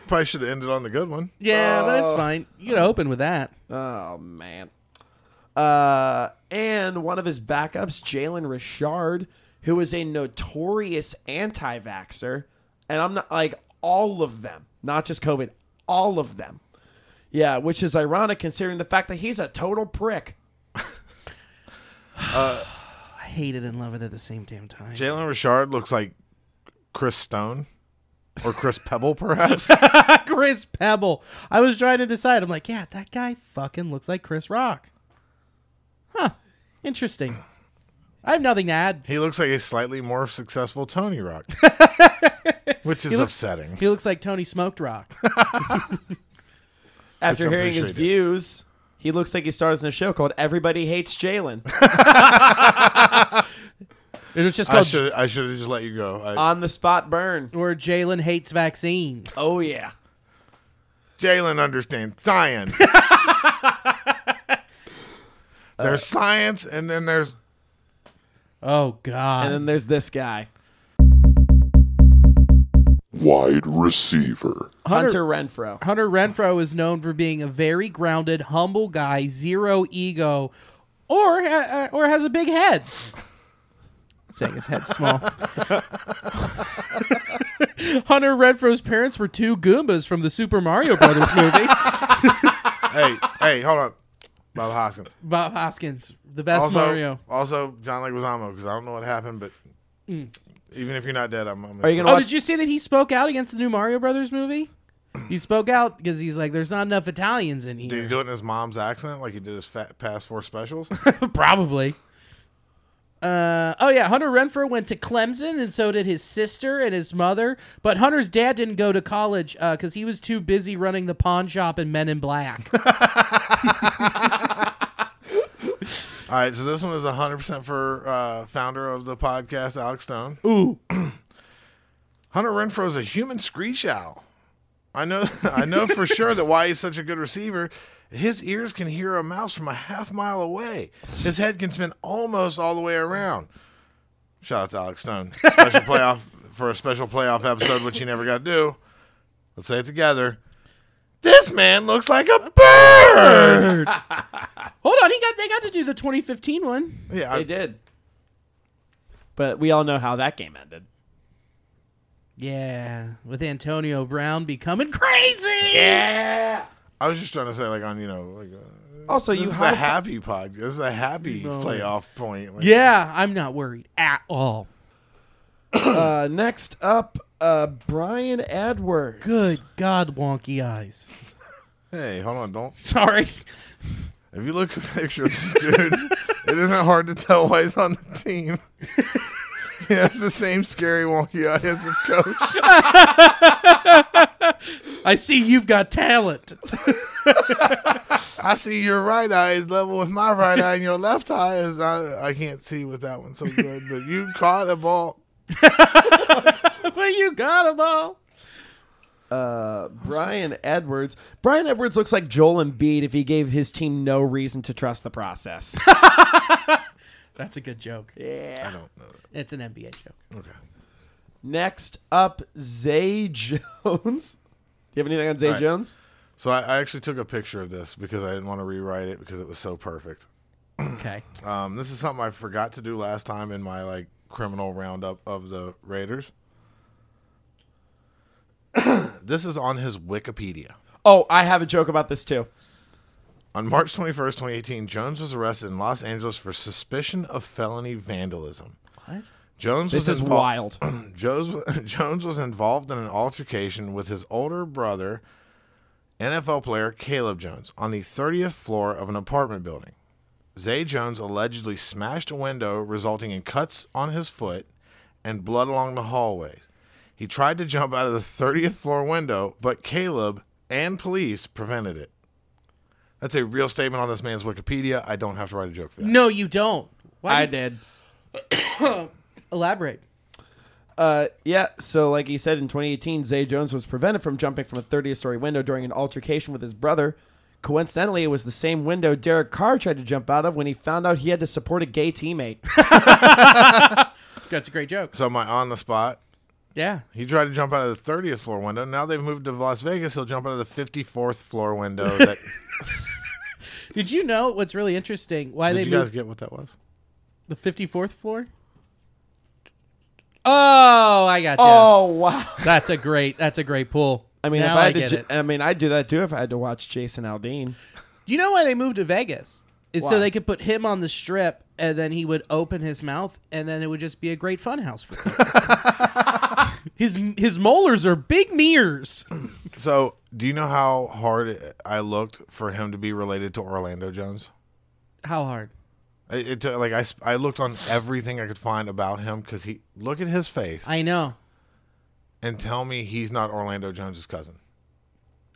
Probably should have ended on the good one. Yeah, but Uh, it's fine. You gotta open with that. Oh man. Uh, and one of his backups, Jalen Richard, who is a notorious anti-vaxxer, and I'm not like all of them, not just COVID, all of them. Yeah, which is ironic considering the fact that he's a total prick. I hate it and love it at the same damn time. Jalen Richard looks like Chris Stone or Chris [laughs] Pebble, perhaps. [laughs] Chris Pebble. I was trying to decide. I'm like, yeah, that guy fucking looks like Chris Rock. Huh. Interesting. I have nothing to add. he looks like a slightly more successful [laughs] Tony Rock, which is upsetting. He looks like Tony Smoked Rock. After Which I'm pretty sure hearing his he did. views, he looks like he stars in a show called Everybody Hates Jalen It was just [laughs] I called Uh, should I should have just let you go. I- on the spot burn. J- or Jalen Hates Vaccines. Oh yeah. Jalen understands [laughs] science. Uh, there's science, and then there's Oh, God. And then there's this guy. Wide receiver. Hunter Renfro. Hunter Renfro is known for being a very grounded, humble guy, zero ego, or uh, or has a big head. I'm saying his head's small. [laughs] Hunter Renfro's parents were two Goombas from the Super Mario Brothers movie. hey, hey, hold on. Bob Hoskins. Bob Hoskins, the best Also, Mario. also John Leguizamo, because I don't know what happened, but even if you're not dead, I'm. I'm Are you gonna Oh, watch? did Mm. you see that he spoke out against the new Mario Brothers movie? He spoke out because he's like, "There's not enough Italians in Did he here." do it in his mom's accent, like he did his fat, past four specials? [laughs] Probably. Uh, oh yeah, Hunter Renfro went to Clemson, and so did his sister and his mother. But Hunter's dad didn't go to college because he was too busy running the pawn shop and Men in [laughs] Black. All right, so this one is 100% for uh, founder of the podcast, Alex Stone. Ooh, [clears throat] Hunter Renfro is a human screech owl. I know, [laughs] I know for sure that why he's such a good receiver. His ears can hear a mouse from a half mile away. His head can spin almost all the way around. Shout out to Alex Stone. Special playoff [laughs] for a special playoff episode, which he never got to do. Let's say it together. This man looks like a bird. hold on, he got they got to do the 2015 one. Yeah, They I, did. But we all know how that game ended. Yeah, with Antonio Brown becoming crazy. Yeah. I was just trying to say, like on you know, like uh, Also, this you is had a happy pod. This is a happy playoff point. Like, Yeah, I'm not worried at all. uh, next up, uh, Brian Edwards. Good God, wonky eyes. Hey, hold on, don't Sorry. If you look at a picture of this dude, it isn't hard to tell why he's on the team. [laughs] he has the same scary wonky eye as his coach. I see you've got [laughs] talent. I see your right eye is level with my right eye, and your left eye is I, I can't see with that one so good. But you caught a ball. but you got them all. Uh, Brian Edwards. Brian Edwards looks like Joel Embiid if he gave his team no reason to trust the process. That's a good joke. I don't know. It's an NBA [clears throat] joke. Okay. next up, Zay Jones. [laughs] Do you have anything on Zay right. Jones? So I, I actually took a picture of this because I didn't want to rewrite it because it was so perfect. Okay. Um, this is something I forgot to do last time in my like criminal roundup of the Raiders. [coughs] this is on his Wikipedia. Oh, I have a joke about this too. On March 21st, 2018, Jones was arrested in Los Angeles for suspicion of felony vandalism. What? Jones This was is invol- wild. [clears throat] [clears throat] Jones, [laughs] Jones was involved in an altercation with his older brother, NFL player Caleb Jones, on the 30th floor of an apartment building. Zay Jones allegedly smashed a window, resulting in cuts on his foot and blood along the hallways. He tried to jump out of the 30th floor window, but Caleb and police prevented it. That's a real statement on this man's Wikipedia. I don't have to write a joke for that. No, you don't. Why I do you- did. elaborate? Uh, yeah, so like he said in 2018, Zay Jones was prevented from jumping from a 30th story window during an altercation with his brother. Coincidentally, it was the same window Derek Carr tried to jump out of when he found out he had to support a gay teammate. That's a great joke. So, my on the spot Yeah. He tried to jump out of the 30th floor window. Now they've moved to Las Vegas. He'll jump out of the 54th floor window. [laughs] That, Did you know what's really interesting? Why did they you guys moved get what that was? the 54th floor? Oh, I got you. Oh [laughs] wow! That's a great. That's a great pull. I mean, now if I, I, had to get ju- it. I mean, I'd do that too if I had to watch Jason Aldean. Do you know why they moved to Vegas? Is so Why? they could put him on the strip, and then he would open his mouth, and then it would just be a great fun house for him. [laughs] his his molars are big mirrors. So, do you know how hard I looked for him to be related to Orlando Jones? How hard? It, it took- like I, sp- I looked on everything I could find about him because he look at his face I know. and tell me he's not Orlando Jones' cousin.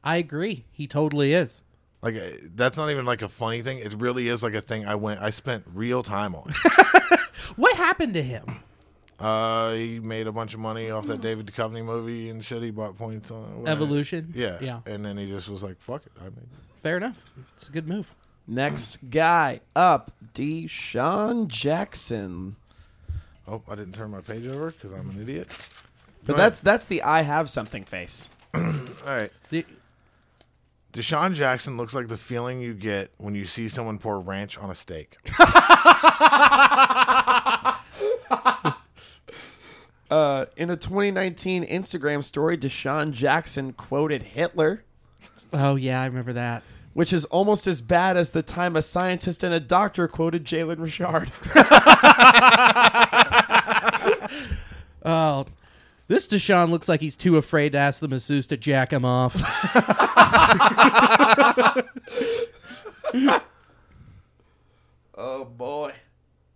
I agree. He totally is. Like uh, that's not even like a funny thing. It really is like a thing I went I spent real [laughs] time on. What happened to him? uh, he made a bunch of money off that David Duchovny movie and shit. He bought points on it, whatever. Evolution. Yeah. Yeah. And then he just was like, fuck it. I mean, Fair enough. It's a good move. Next guy up, Deshaun Jackson. oh, I didn't turn my page over because I'm an idiot. But that's that's the I have something face. All right. The- Deshaun Jackson looks like the feeling you get when you see someone pour ranch on a [laughs] steak. Uh, in a 2019 Instagram story, Deshaun Jackson quoted Hitler, oh yeah, I remember that. which is almost as bad as the time a scientist and a doctor quoted Jalen Richard. [laughs] Oh, this Deshaun looks like he's too afraid to ask the masseuse to jack him off. [laughs] oh boy!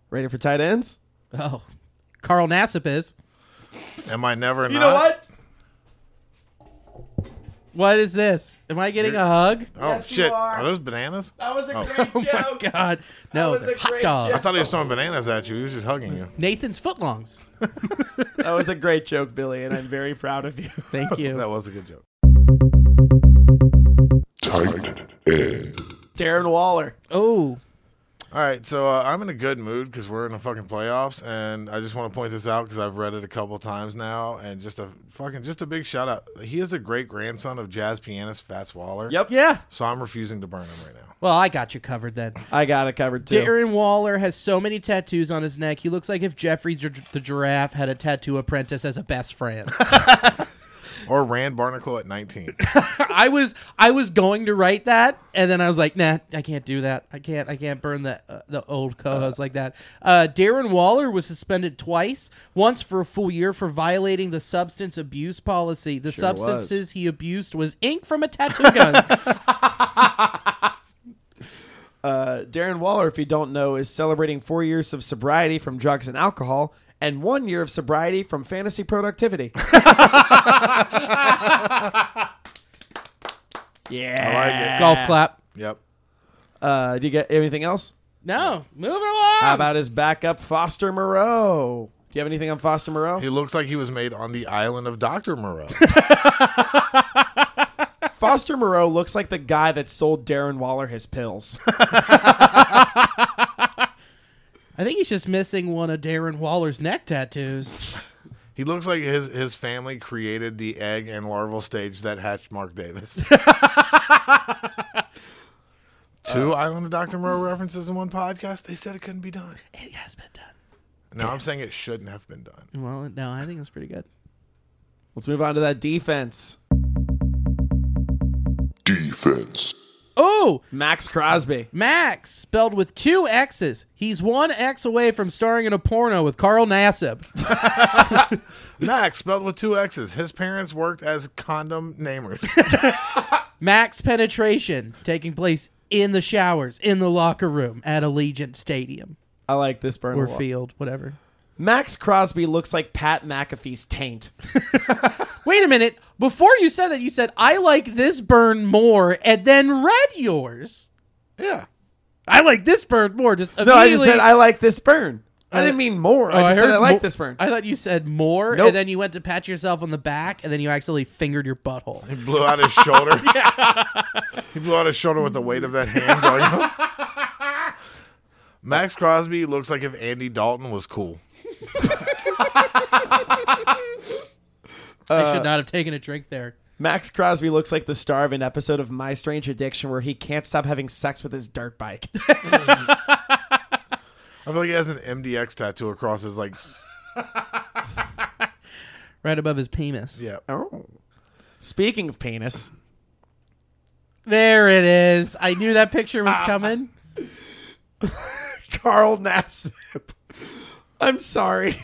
Ready for tight ends? oh, Carl Nassip is. Am I never You know what? What is this? Am I getting a [laughs] hug? Oh, Yes, you shit. are. Are those bananas? That was a Oh. [laughs] great joke. God, no, was a they're hot great dog. I thought he was throwing bananas at you. He was just hugging you. Nathan's footlongs. That was a great joke, Billy, and I'm very proud of you. Thank you. That was a good joke. Tight end. [laughs] Darren Waller. Oh, All right, so uh, I'm in a good mood because we're in the fucking playoffs, and I just want to point this out because I've read it a couple times now, and just a fucking just a big shout out. He is a great grandson of jazz pianist Fats Waller. Yep. yeah. So I'm refusing to burn him right now. Well, I got you covered then. I got it covered too. Darren Waller has so many tattoos on his neck. He looks like if Jeffrey gi- the giraffe had a tattoo apprentice as a best friend. Or Rand Barnacle at 19. I was I was going to write that, and then I was like, nah, I can't do that. I can't I can't burn the uh, the old co-host like that. Uh, Darren Waller was suspended twice, once for a full year for violating the substance abuse policy. The substances he abused was ink from a tattoo [laughs] gun. Uh, Darren Waller, if you don't know, is celebrating four years of sobriety from drugs and alcohol and one year of sobriety from [laughs] fantasy productivity. yeah. Golf clap. yep. Uh, do you get anything else? No, move along. How about his backup, Foster Moreau? Do you have anything on Foster Moreau? He looks like he was made on the island of Dr. Moreau. Foster Moreau looks like the guy that sold Darren Waller [laughs] his pills. I think he's just missing one of Darren Waller's neck tattoos. he looks like his, his family created the egg and larval stage that hatched Mark Davis. Two Island of Dr. Moreau references in one podcast. They said it couldn't be done. [laughs] it has been done. No, I'm saying it shouldn't have been done. Well, no, I think it's pretty good. Let's move on to that defense. Defense. Oh, Max Crosby. Max, spelled with two X's. He's one X away from starring in a porno with Carl Nassib. Max, spelled with two X's. His parents worked as condom namers. Max penetration taking place in the showers, in the locker room at Allegiant Stadium I like this burn. a or lot. field, whatever. Max Crosby looks like Pat McAfee's taint. Wait a minute. Before you said that, you said, I like this burn more, and then read yours. yeah. I like this burn more. Just No, I just said immediately- I like this burn. I didn't mean more. Oh, I just said I like mo- this burn. I thought you said more, Nope. and then you went to pat yourself on the back, and then you accidentally fingered your butthole. He blew out his [laughs] shoulder. He blew out his shoulder with the weight of that hand going up. [laughs] Max Crosby looks like if Andy Dalton was cool. Uh, I should not have taken a drink there. Max Crosby looks like the star of an episode of My Strange Addiction where he can't stop having sex with his [laughs] dirt bike. I feel like he has an MDX tattoo across his like Right above his penis. yeah. oh. Speaking of penis, There it is. I knew that picture Ah. was coming. Carl Nassib. [laughs] I'm sorry.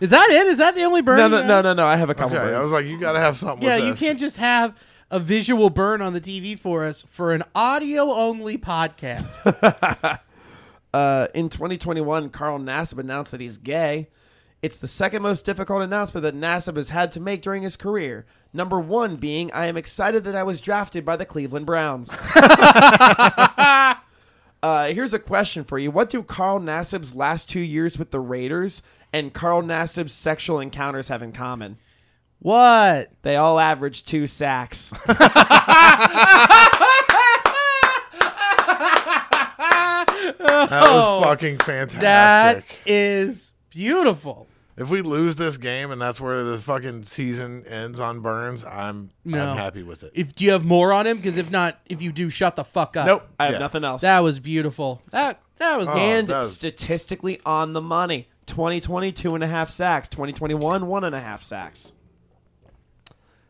Is that it? Is that the only burn? No, you no, got? no, no, no. I have a couple. Okay, I burns. was like, you gotta have something. Yeah, with you this. can't just have a visual burn on the TV for us for an audio only [laughs] podcast. Uh, in 2021, Carl Nassib announced that he's gay. It's the second most difficult announcement that Nassib has had to make during his career. Number one being, I am excited that I was drafted by the Cleveland Browns. [laughs] uh, here's a question for you What do Carl Nassib's last two years with the Raiders and Carl Nassib's sexual encounters have in common? what? They all average two sacks. That was fucking fantastic. Oh, That is beautiful. If we lose this game and that's where the fucking season ends on Burns, I'm No. I'm happy with it. If do you have more on him? Because if not, if you do, shut the fuck up. Nope, Oh. I have Yeah. nothing else. That was beautiful. That that was and Oh, that was- statistically on the money. 2020, two and a half sacks. 2021, one and a half sacks.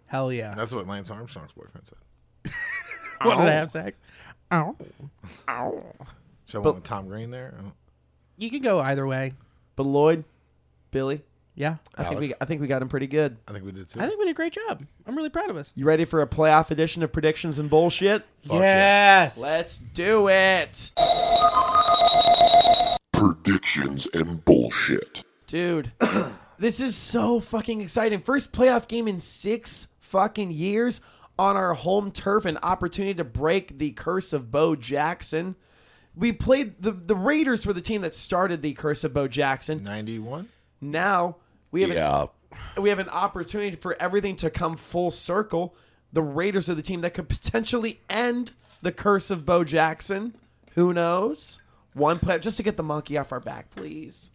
hell yeah. that's what Lance Armstrong's boyfriend said. One and a half sacks. Ow. Should I want Tom Green there? I don't- You can go either way. But Lloyd, Billy, Yeah. I think, Alex. we, I think we got him pretty good. I think we did too. I think we did a great job. I'm really proud of us. You ready for a playoff edition of predictions and bullshit? yes. Let's do it. Predictions and bullshit. [coughs] Dude, this is so fucking exciting. First playoff game in six fucking years on our home turf, an opportunity to break the curse of Bo Jackson. We played the the Raiders were the team that started the curse of Bo Jackson. 91? Now we have an, we have an opportunity for everything to come full circle. The Raiders are the team that could potentially end the curse of Bo Jackson. Who knows? One player just to get the monkey off our back, please.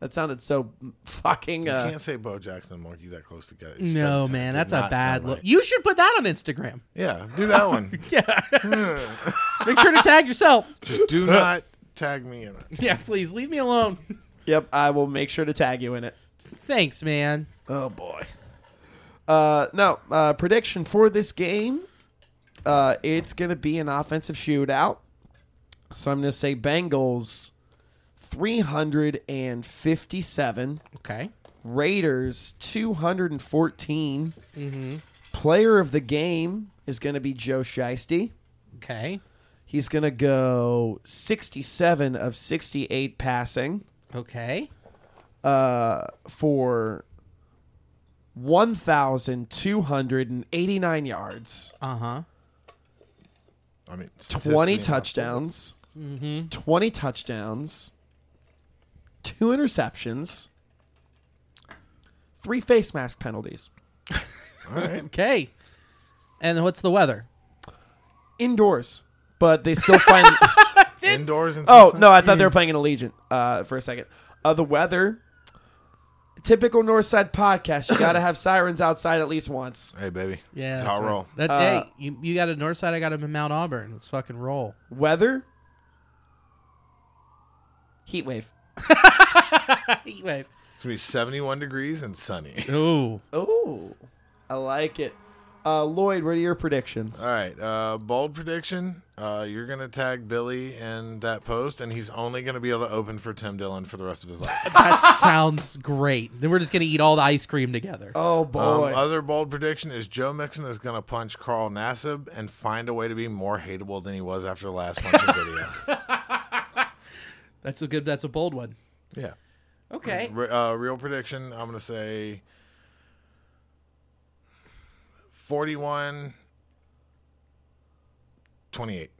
That sounded so fucking. You Uh, can't say Bo Jackson and Monkey that close together. It just No, doesn't- man, did that's a not bad sound look. right. You should put that on Instagram. Yeah, do that [laughs] one. Make [laughs] sure to tag yourself. [laughs] Just do not tag me in it. Yeah, please leave me alone. yep, I will make sure to tag you in it. Thanks, man. Oh boy. Uh, no uh, prediction for this game. Uh, it's gonna be an offensive shootout. So I'm gonna say Bengals, three hundred and fifty-seven. Okay. Raiders, two Player of the game is gonna be Joe Shiesty. Okay. He's gonna go sixty-seven of sixty-eight passing Okay. uh, for 1,289 yards, Uh huh. I mean, statistically, 20 touchdowns, 20 touchdowns, two interceptions, three face mask penalties. [laughs] Okay. And what's the weather? Indoors, but they still find. Indoors and oh, no, I thought they were playing in Allegiant uh, for a second. Uh, the weather. Typical Northside podcast. You got to have sirens outside at least once. Hey, baby. Yeah, It's that's how I right. Uh, roll. That's hey, you, you got a north side, I got him in Mount Auburn. Let's fucking roll. [laughs] Weather. Heat wave. Heat wave. It's going to be 71 degrees and sunny. [laughs] Ooh. Oh, I like it. Uh, Lloyd, what are your predictions? All right. Uh, bold prediction. Uh, you're going to tag Billy in that post, and he's only going to be able to open for Tim Dillon for the rest of his life. [laughs] That sounds great. Then we're just gonna eat all the ice cream together. oh Um, [laughs] boy, other bold prediction is Joe Mixon is going to punch Carl Nassib and find a way to be more hateable than he was after the last punch [laughs] of video. That's a good that's a bold one. Yeah. Okay. Re- uh, real prediction. I'm gonna say 41, 28.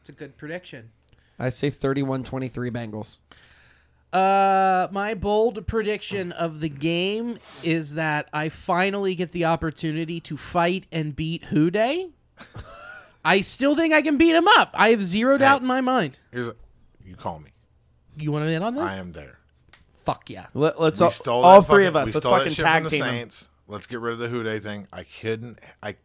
It's a good prediction. I say 31-23 Bengals. Uh, my bold prediction of the game is that I finally get the opportunity to fight and beat Houday. I still think I can beat him up. I have zero doubt in my mind. Here's a, you call me. You want to in on this? I am there. Fuck yeah. Let, us We all, stole all that three fucking- of us. We Let's stole that fucking shit tag from the team. 'em. Saints. Let's get rid of the Houday thing. I couldn't. I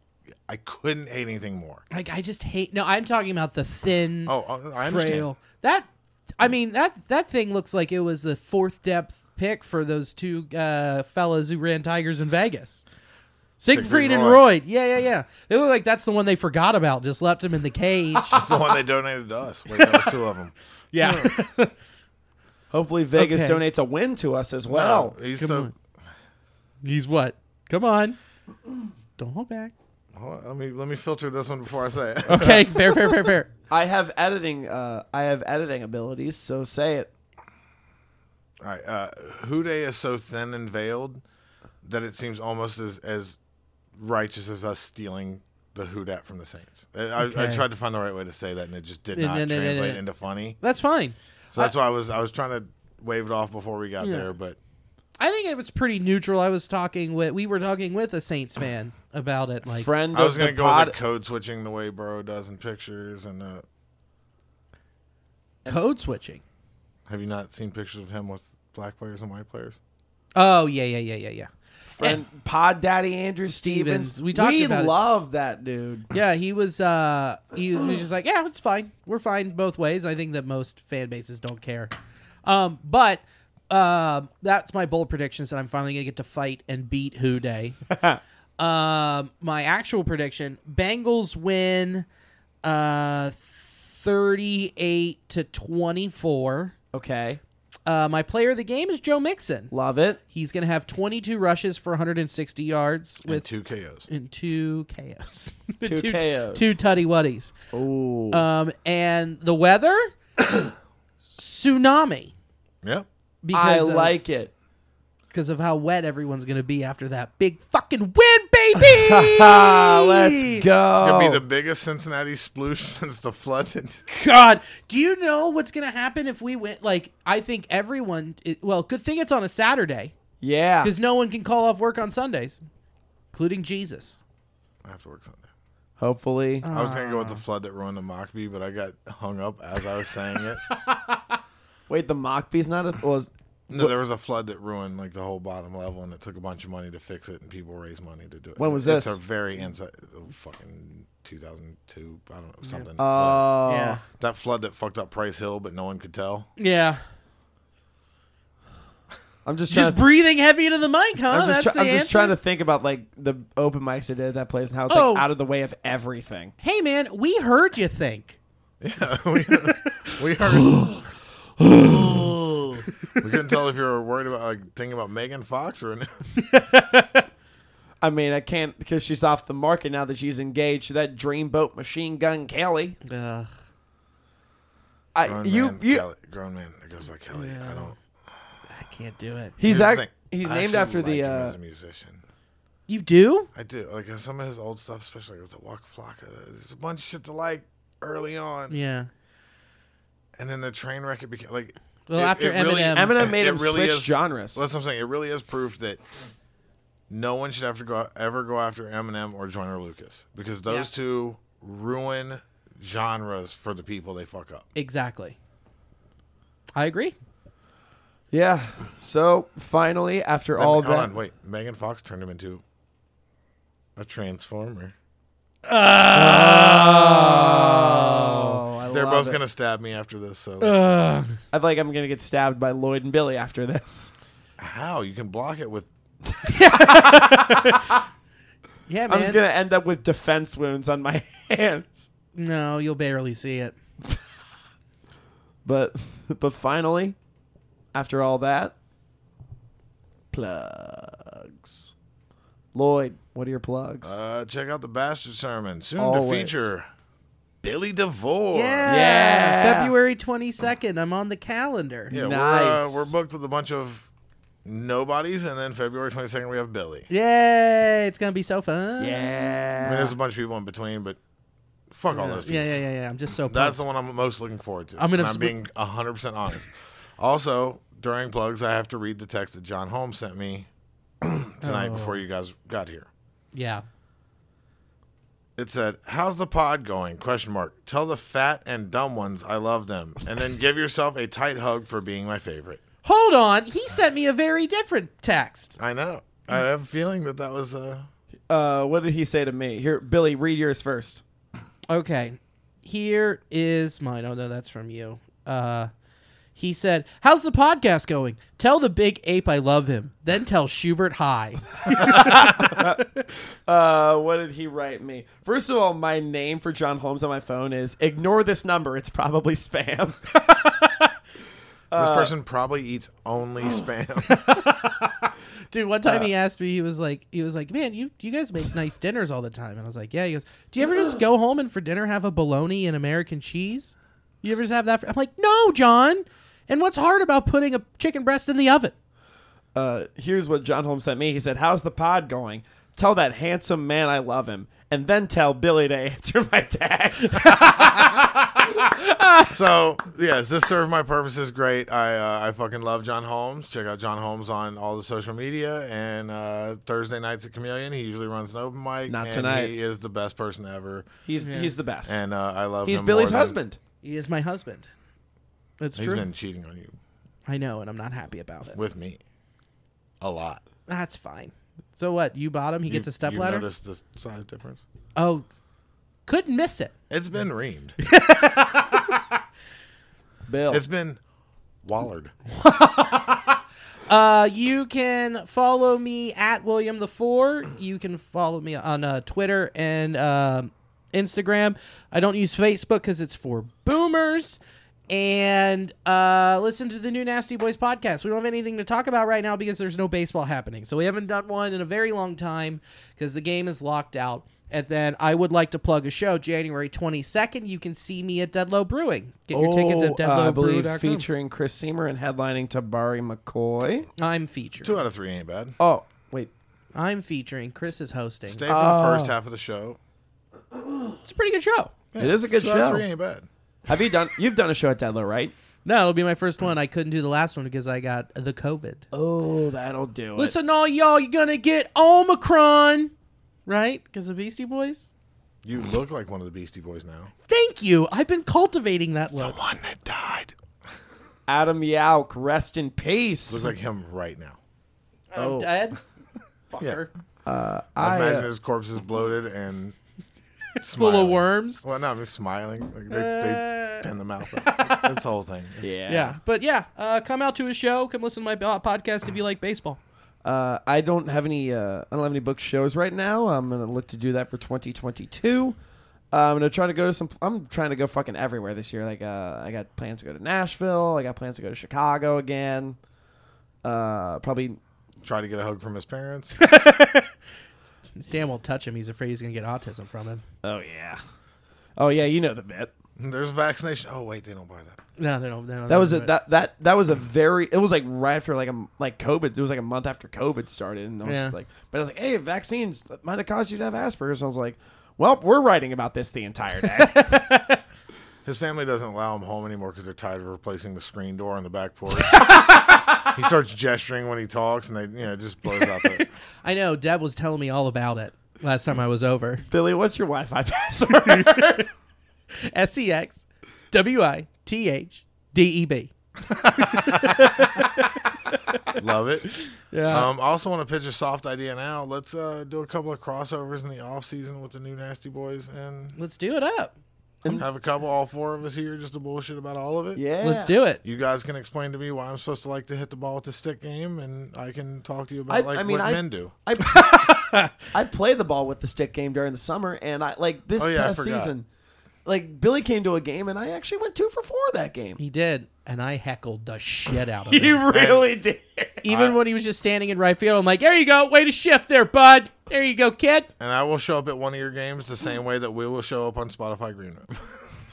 I couldn't hate anything more. Like I just hate. No, I'm talking about the thin, Oh, oh, I understand. frail. That, I mean that that thing looks like it was the fourth depth pick for those two uh, fellas who ran Tigers in Vegas, Siegfried, Siegfried and Roy. Roy. Yeah, yeah, yeah. They look like that's the one they forgot about. Just left him in the cage. It's the one they donated to us. Wait, that was two of [laughs] them. yeah. Hopefully Vegas Okay. donates a win to us as well. he's come so. He's what? Come on. Don't hold back. Hold on, let me let me filter this one before I say it. Okay. fair, fair, fair, fair. I have editing. Uh, I have editing abilities, so say it. All right. Uh, Houday is so thin and veiled that it seems almost as, as righteous as us stealing the Houdat from the Saints. Uh, I, I- I, Okay. tried to find the right way to say that, and it just did No, not no, no, no, translate no. into funny. That's fine. So that's why I was I was trying to wave it off before we got there, but I think it was pretty neutral. I was talking with we were talking with a Saints fan about it. Like Friend I was of going the to go pod. with the code switching the way Burrow does in pictures. And uh, code switching. have you not seen pictures of him with black players and white players? Oh yeah, yeah, yeah, yeah, yeah. Friend, Pod Daddy Andrew Stevens. Stevens. We talked about it. love that dude. Yeah, he was. Uh, he was he was just like, yeah, it's fine. We're fine both ways. I think that most fan bases don't care. Um, but um, that's my bold predictions that I'm finally gonna get to fight and beat Who [laughs] Day. um, my actual prediction: Bengals win, uh, thirty-eight to twenty-four. Okay, Uh, my player of the game is Joe Mixon. love it. He's gonna have 22 rushes for 160 yards with with two KOs. and two [laughs] KOs. Two KOs. Two tutty wutties. Ooh, Um, and the weather? tsunami. Yeah. I of, like it. because of how wet everyone's gonna be after that big fucking wind, baby. Ah, [laughs] let's go. It's Oh. gonna be the biggest Cincinnati sploosh [laughs] since the flood. God, do you know what's gonna happen if we went? Like, I think everyone. It, well, good thing it's on a Saturday yeah. because no one can call off work on Sundays, including Jesus. I have to work Sunday. Hopefully, I was gonna go with the flood that ruined the Mockbee, but I got hung up as I was saying it. wait. The Mockbee's not a. Was, No, there was a flood that ruined like the whole bottom level, and it took a bunch of money to fix it, and people raised money to do it. When was It's this? a very inside, oh, fucking 2002. I don't know something. oh, Yeah. that flood that fucked up Price Hill, but no one could tell. Yeah. I'm just trying Just to- breathing heavy into the mic, huh? I'm, just, That's try- the I'm just answer? trying to think about like the open mics I did at that place and how it's Oh. like out of the way of everything. Hey, man, we heard you think. we, we heard. we couldn't tell if you were worried about like thinking about Megan Fox or. I mean, I can't because she's off the market now that she's engaged to that dreamboat machine gun Kelly. Ugh. I, [laughs] Grown you, man, you, Kelly, grown man that goes by Kelly. I don't. I can't do it. Here's he's the act, thing, he's I named actually after like the. him Uh, as a musician. You do? I do like some of his old stuff, especially with the Walk Flocka. There's a bunch of shit to like early on, Yeah. and then the train wreck. It became like Well, it- after it really- Eminem. Eminem made it him really switch is- genres. Well, that's what I'm saying. It really is proof that no one should have to go ever go after Eminem or Joyner Lucas because those Yeah. two ruin genres for the people they fuck up. Exactly. I agree. yeah. So finally, after all Hold that, on, wait. Megan Fox turned him into a transformer. oh, I They're love both it. gonna stab me after this. [sighs] So I feel like I'm gonna get stabbed by Lloyd and Billy after this. how you can block it with? Yeah, man. I'm just gonna end up with defense wounds on my [laughs] hands. No, you'll barely see it. But [laughs] but finally, after all that, plugs. Lloyd, what are your plugs? Uh, check out the Bastard Sermon soon to Always. feature Billy DeVore. Yeah. February 22nd. I'm on the calendar. Yeah, Nice. We're, uh, we're booked with a bunch of nobodies, and then February 22nd we have Billy. Yay. It's going to be so fun. I yeah. mean, there's a bunch of people in between, but fuck all those people. Yeah, yeah, yeah, yeah. I'm just so That's pumped. the one I'm most looking forward to. I'm gonna and I'm sp- being 100 percent honest. also, during plugs, I have to read the text that John Holmes sent me [clears throat] tonight before Oh. you guys got here. Yeah. It said, "How's the pod going?" Question mark. Tell the fat and dumb ones I love them, and then give yourself a tight hug for being my favorite. Hold on. He sent me a very different text. I know. I have a feeling that that was uh, Uh, what did he say to me? Here, Billy, read yours first. Okay. Here is mine. Oh, no, that's from you. Uh, he said, How's the podcast going? Tell the big ape I love him. Then tell Schubert hi. Uh, what did he write me? First of all, my name for John Holmes on my phone is ignore this number. It's probably spam. [laughs] Uh, this person probably eats oh. only [laughs] spam. Dude, one time he asked me, he was like, he was like, man, you you guys make nice dinners all the time, and I was like, yeah. He goes, do you ever just go home and for dinner have a bologna and American cheese? You ever just have that? For-? I'm like, no, John. And what's hard about putting a chicken breast in the oven? uh, here's what John Holmes sent me. He said, "How's the pod going? Tell that handsome man I love him, and then tell Billy to [laughs] answer my [laughs] text." so yes, this served my purposes great. I uh, I fucking love John Holmes. Check out John Holmes on all the social media and uh, Thursday nights at Chameleon. He usually runs an open mic. Not and tonight. He is the best person ever, he's he's the best. and uh, I love. he's him Billy's more than- husband. He is my husband. That's He's true. been cheating on you I know, and I'm not happy about it. with me. a lot. That's fine. So what? You bought him. He gets a step you ladder. Noticed the size difference? Oh, couldn't miss it. It's been reamed. Bill. It's been wallered. Uh, you can follow me at William the Four. You can follow me on uh, Twitter and um Instagram. I don't use Facebook because it's for boomers. And uh, listen to the new Nasty Boys podcast. We don't have anything to talk about right now because there's no baseball happening. So we haven't done one in a very long time because the game is locked out. And then I would like to plug a show January 22nd. You can see me at Deadlow Brewing. Get your tickets at Oh, uh, I believe deadlowbrew.com. featuring Chris Seymour and headlining Tabari McCoy. I'm featured. Two out of three ain't bad. Oh, wait. I'm featuring. Chris is hosting. Stay for the first half of the show. It's a pretty good show. it is a good Two out of three show. ain't bad. Have you done? You've done a show at Deadlow, right? No, it'll be my first one. I couldn't do the last one because I got the COVID. Oh, that'll do it. Listen, all y'all, you're gonna get Omicron, right? Because of Beastie Boys. You look like one of the Beastie Boys now. Thank you. I've been cultivating that look. [laughs] One that died. Adam Yauch, rest in peace. Looks like him right now. Oh. I'm dead. [laughs] Fucker. I, I, uh, imagine his corpse is bloated and It's full of Smiling. worms. Oh, well, no, I'm just smiling. Like they, they pin the mouth. Up. That's the whole thing. It's- yeah. Yeah, but yeah, uh, come out to a show. Come listen to my bo- podcast if you like baseball. Uh, I don't have any. Uh, I don't have any book shows right now. I'm gonna look to do that for 2022. Uh, I'm gonna try to go to some. I'm trying to go fucking everywhere this year. Like, uh, I got plans to go to Nashville. I got plans to go to Chicago again. Uh, probably. Try to get a hug from his parents. This damn won't touch him. He's afraid he's gonna get autism from him. Oh yeah. Oh yeah, you know the bit. There's vaccination. Oh wait, they don't buy that. No, they don't. They don't That was a do it. that that that was a very. It was like right after like a m- like COVID. It was like a month after COVID started, and I was Yeah. just like, but I was like, hey, vaccines that might have caused you to have Asperger's. I was like, well, we're writing about this the entire day. His family doesn't allow him home anymore because they're tired of replacing the screen door on the back porch. he starts gesturing when he talks, and they you know it just blows out. The, I know. Deb was telling me all about it last time I was over. Billy, what's your Wi-Fi [laughs] password? S E X W I T H D E B. Love it. Yeah. Um, I also want to pitch a soft idea now. Let's uh, do a couple of crossovers in the off season with the new Nasty Boys and Let's do it up. have a couple, all four of us here, just to bullshit about all of it. yeah, Let's do it. You guys can explain to me why I'm supposed to like to hit the ball with the stick game, and I can talk to you about I- like I mean, what I- men do. [laughs] I, I play the ball with the stick game during the summer, and I like this Oh, yeah, I past forgot. season. Like Billy came to a game, and I actually went two for four that game. He did, and I heckled the shit [laughs] out of him. really did. Even when he was just standing in right field, I'm like, "There you go, way to shift there, bud. There you go, kid." And I will show up at one of your games the same way that we will show up on Spotify Green Room.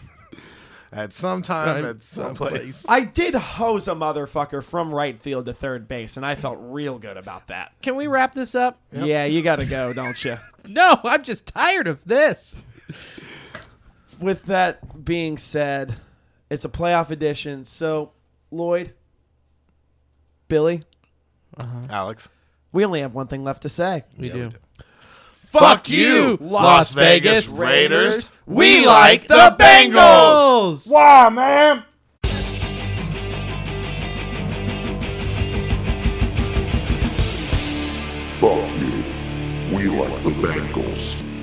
[laughs] at some time, at some place. I did hose a motherfucker from right field to third base, and I felt real good about that. Can we wrap this up? Yeah, you got to go, don't you? No, I'm just tired of this. With that being said, it's a playoff edition. So, Lloyd, Billy, Alex. we only have one thing left to say. We do. Fuck you, Las Vegas Raiders. We like the Bengals. Wow, man. Fuck you. We like the Bengals.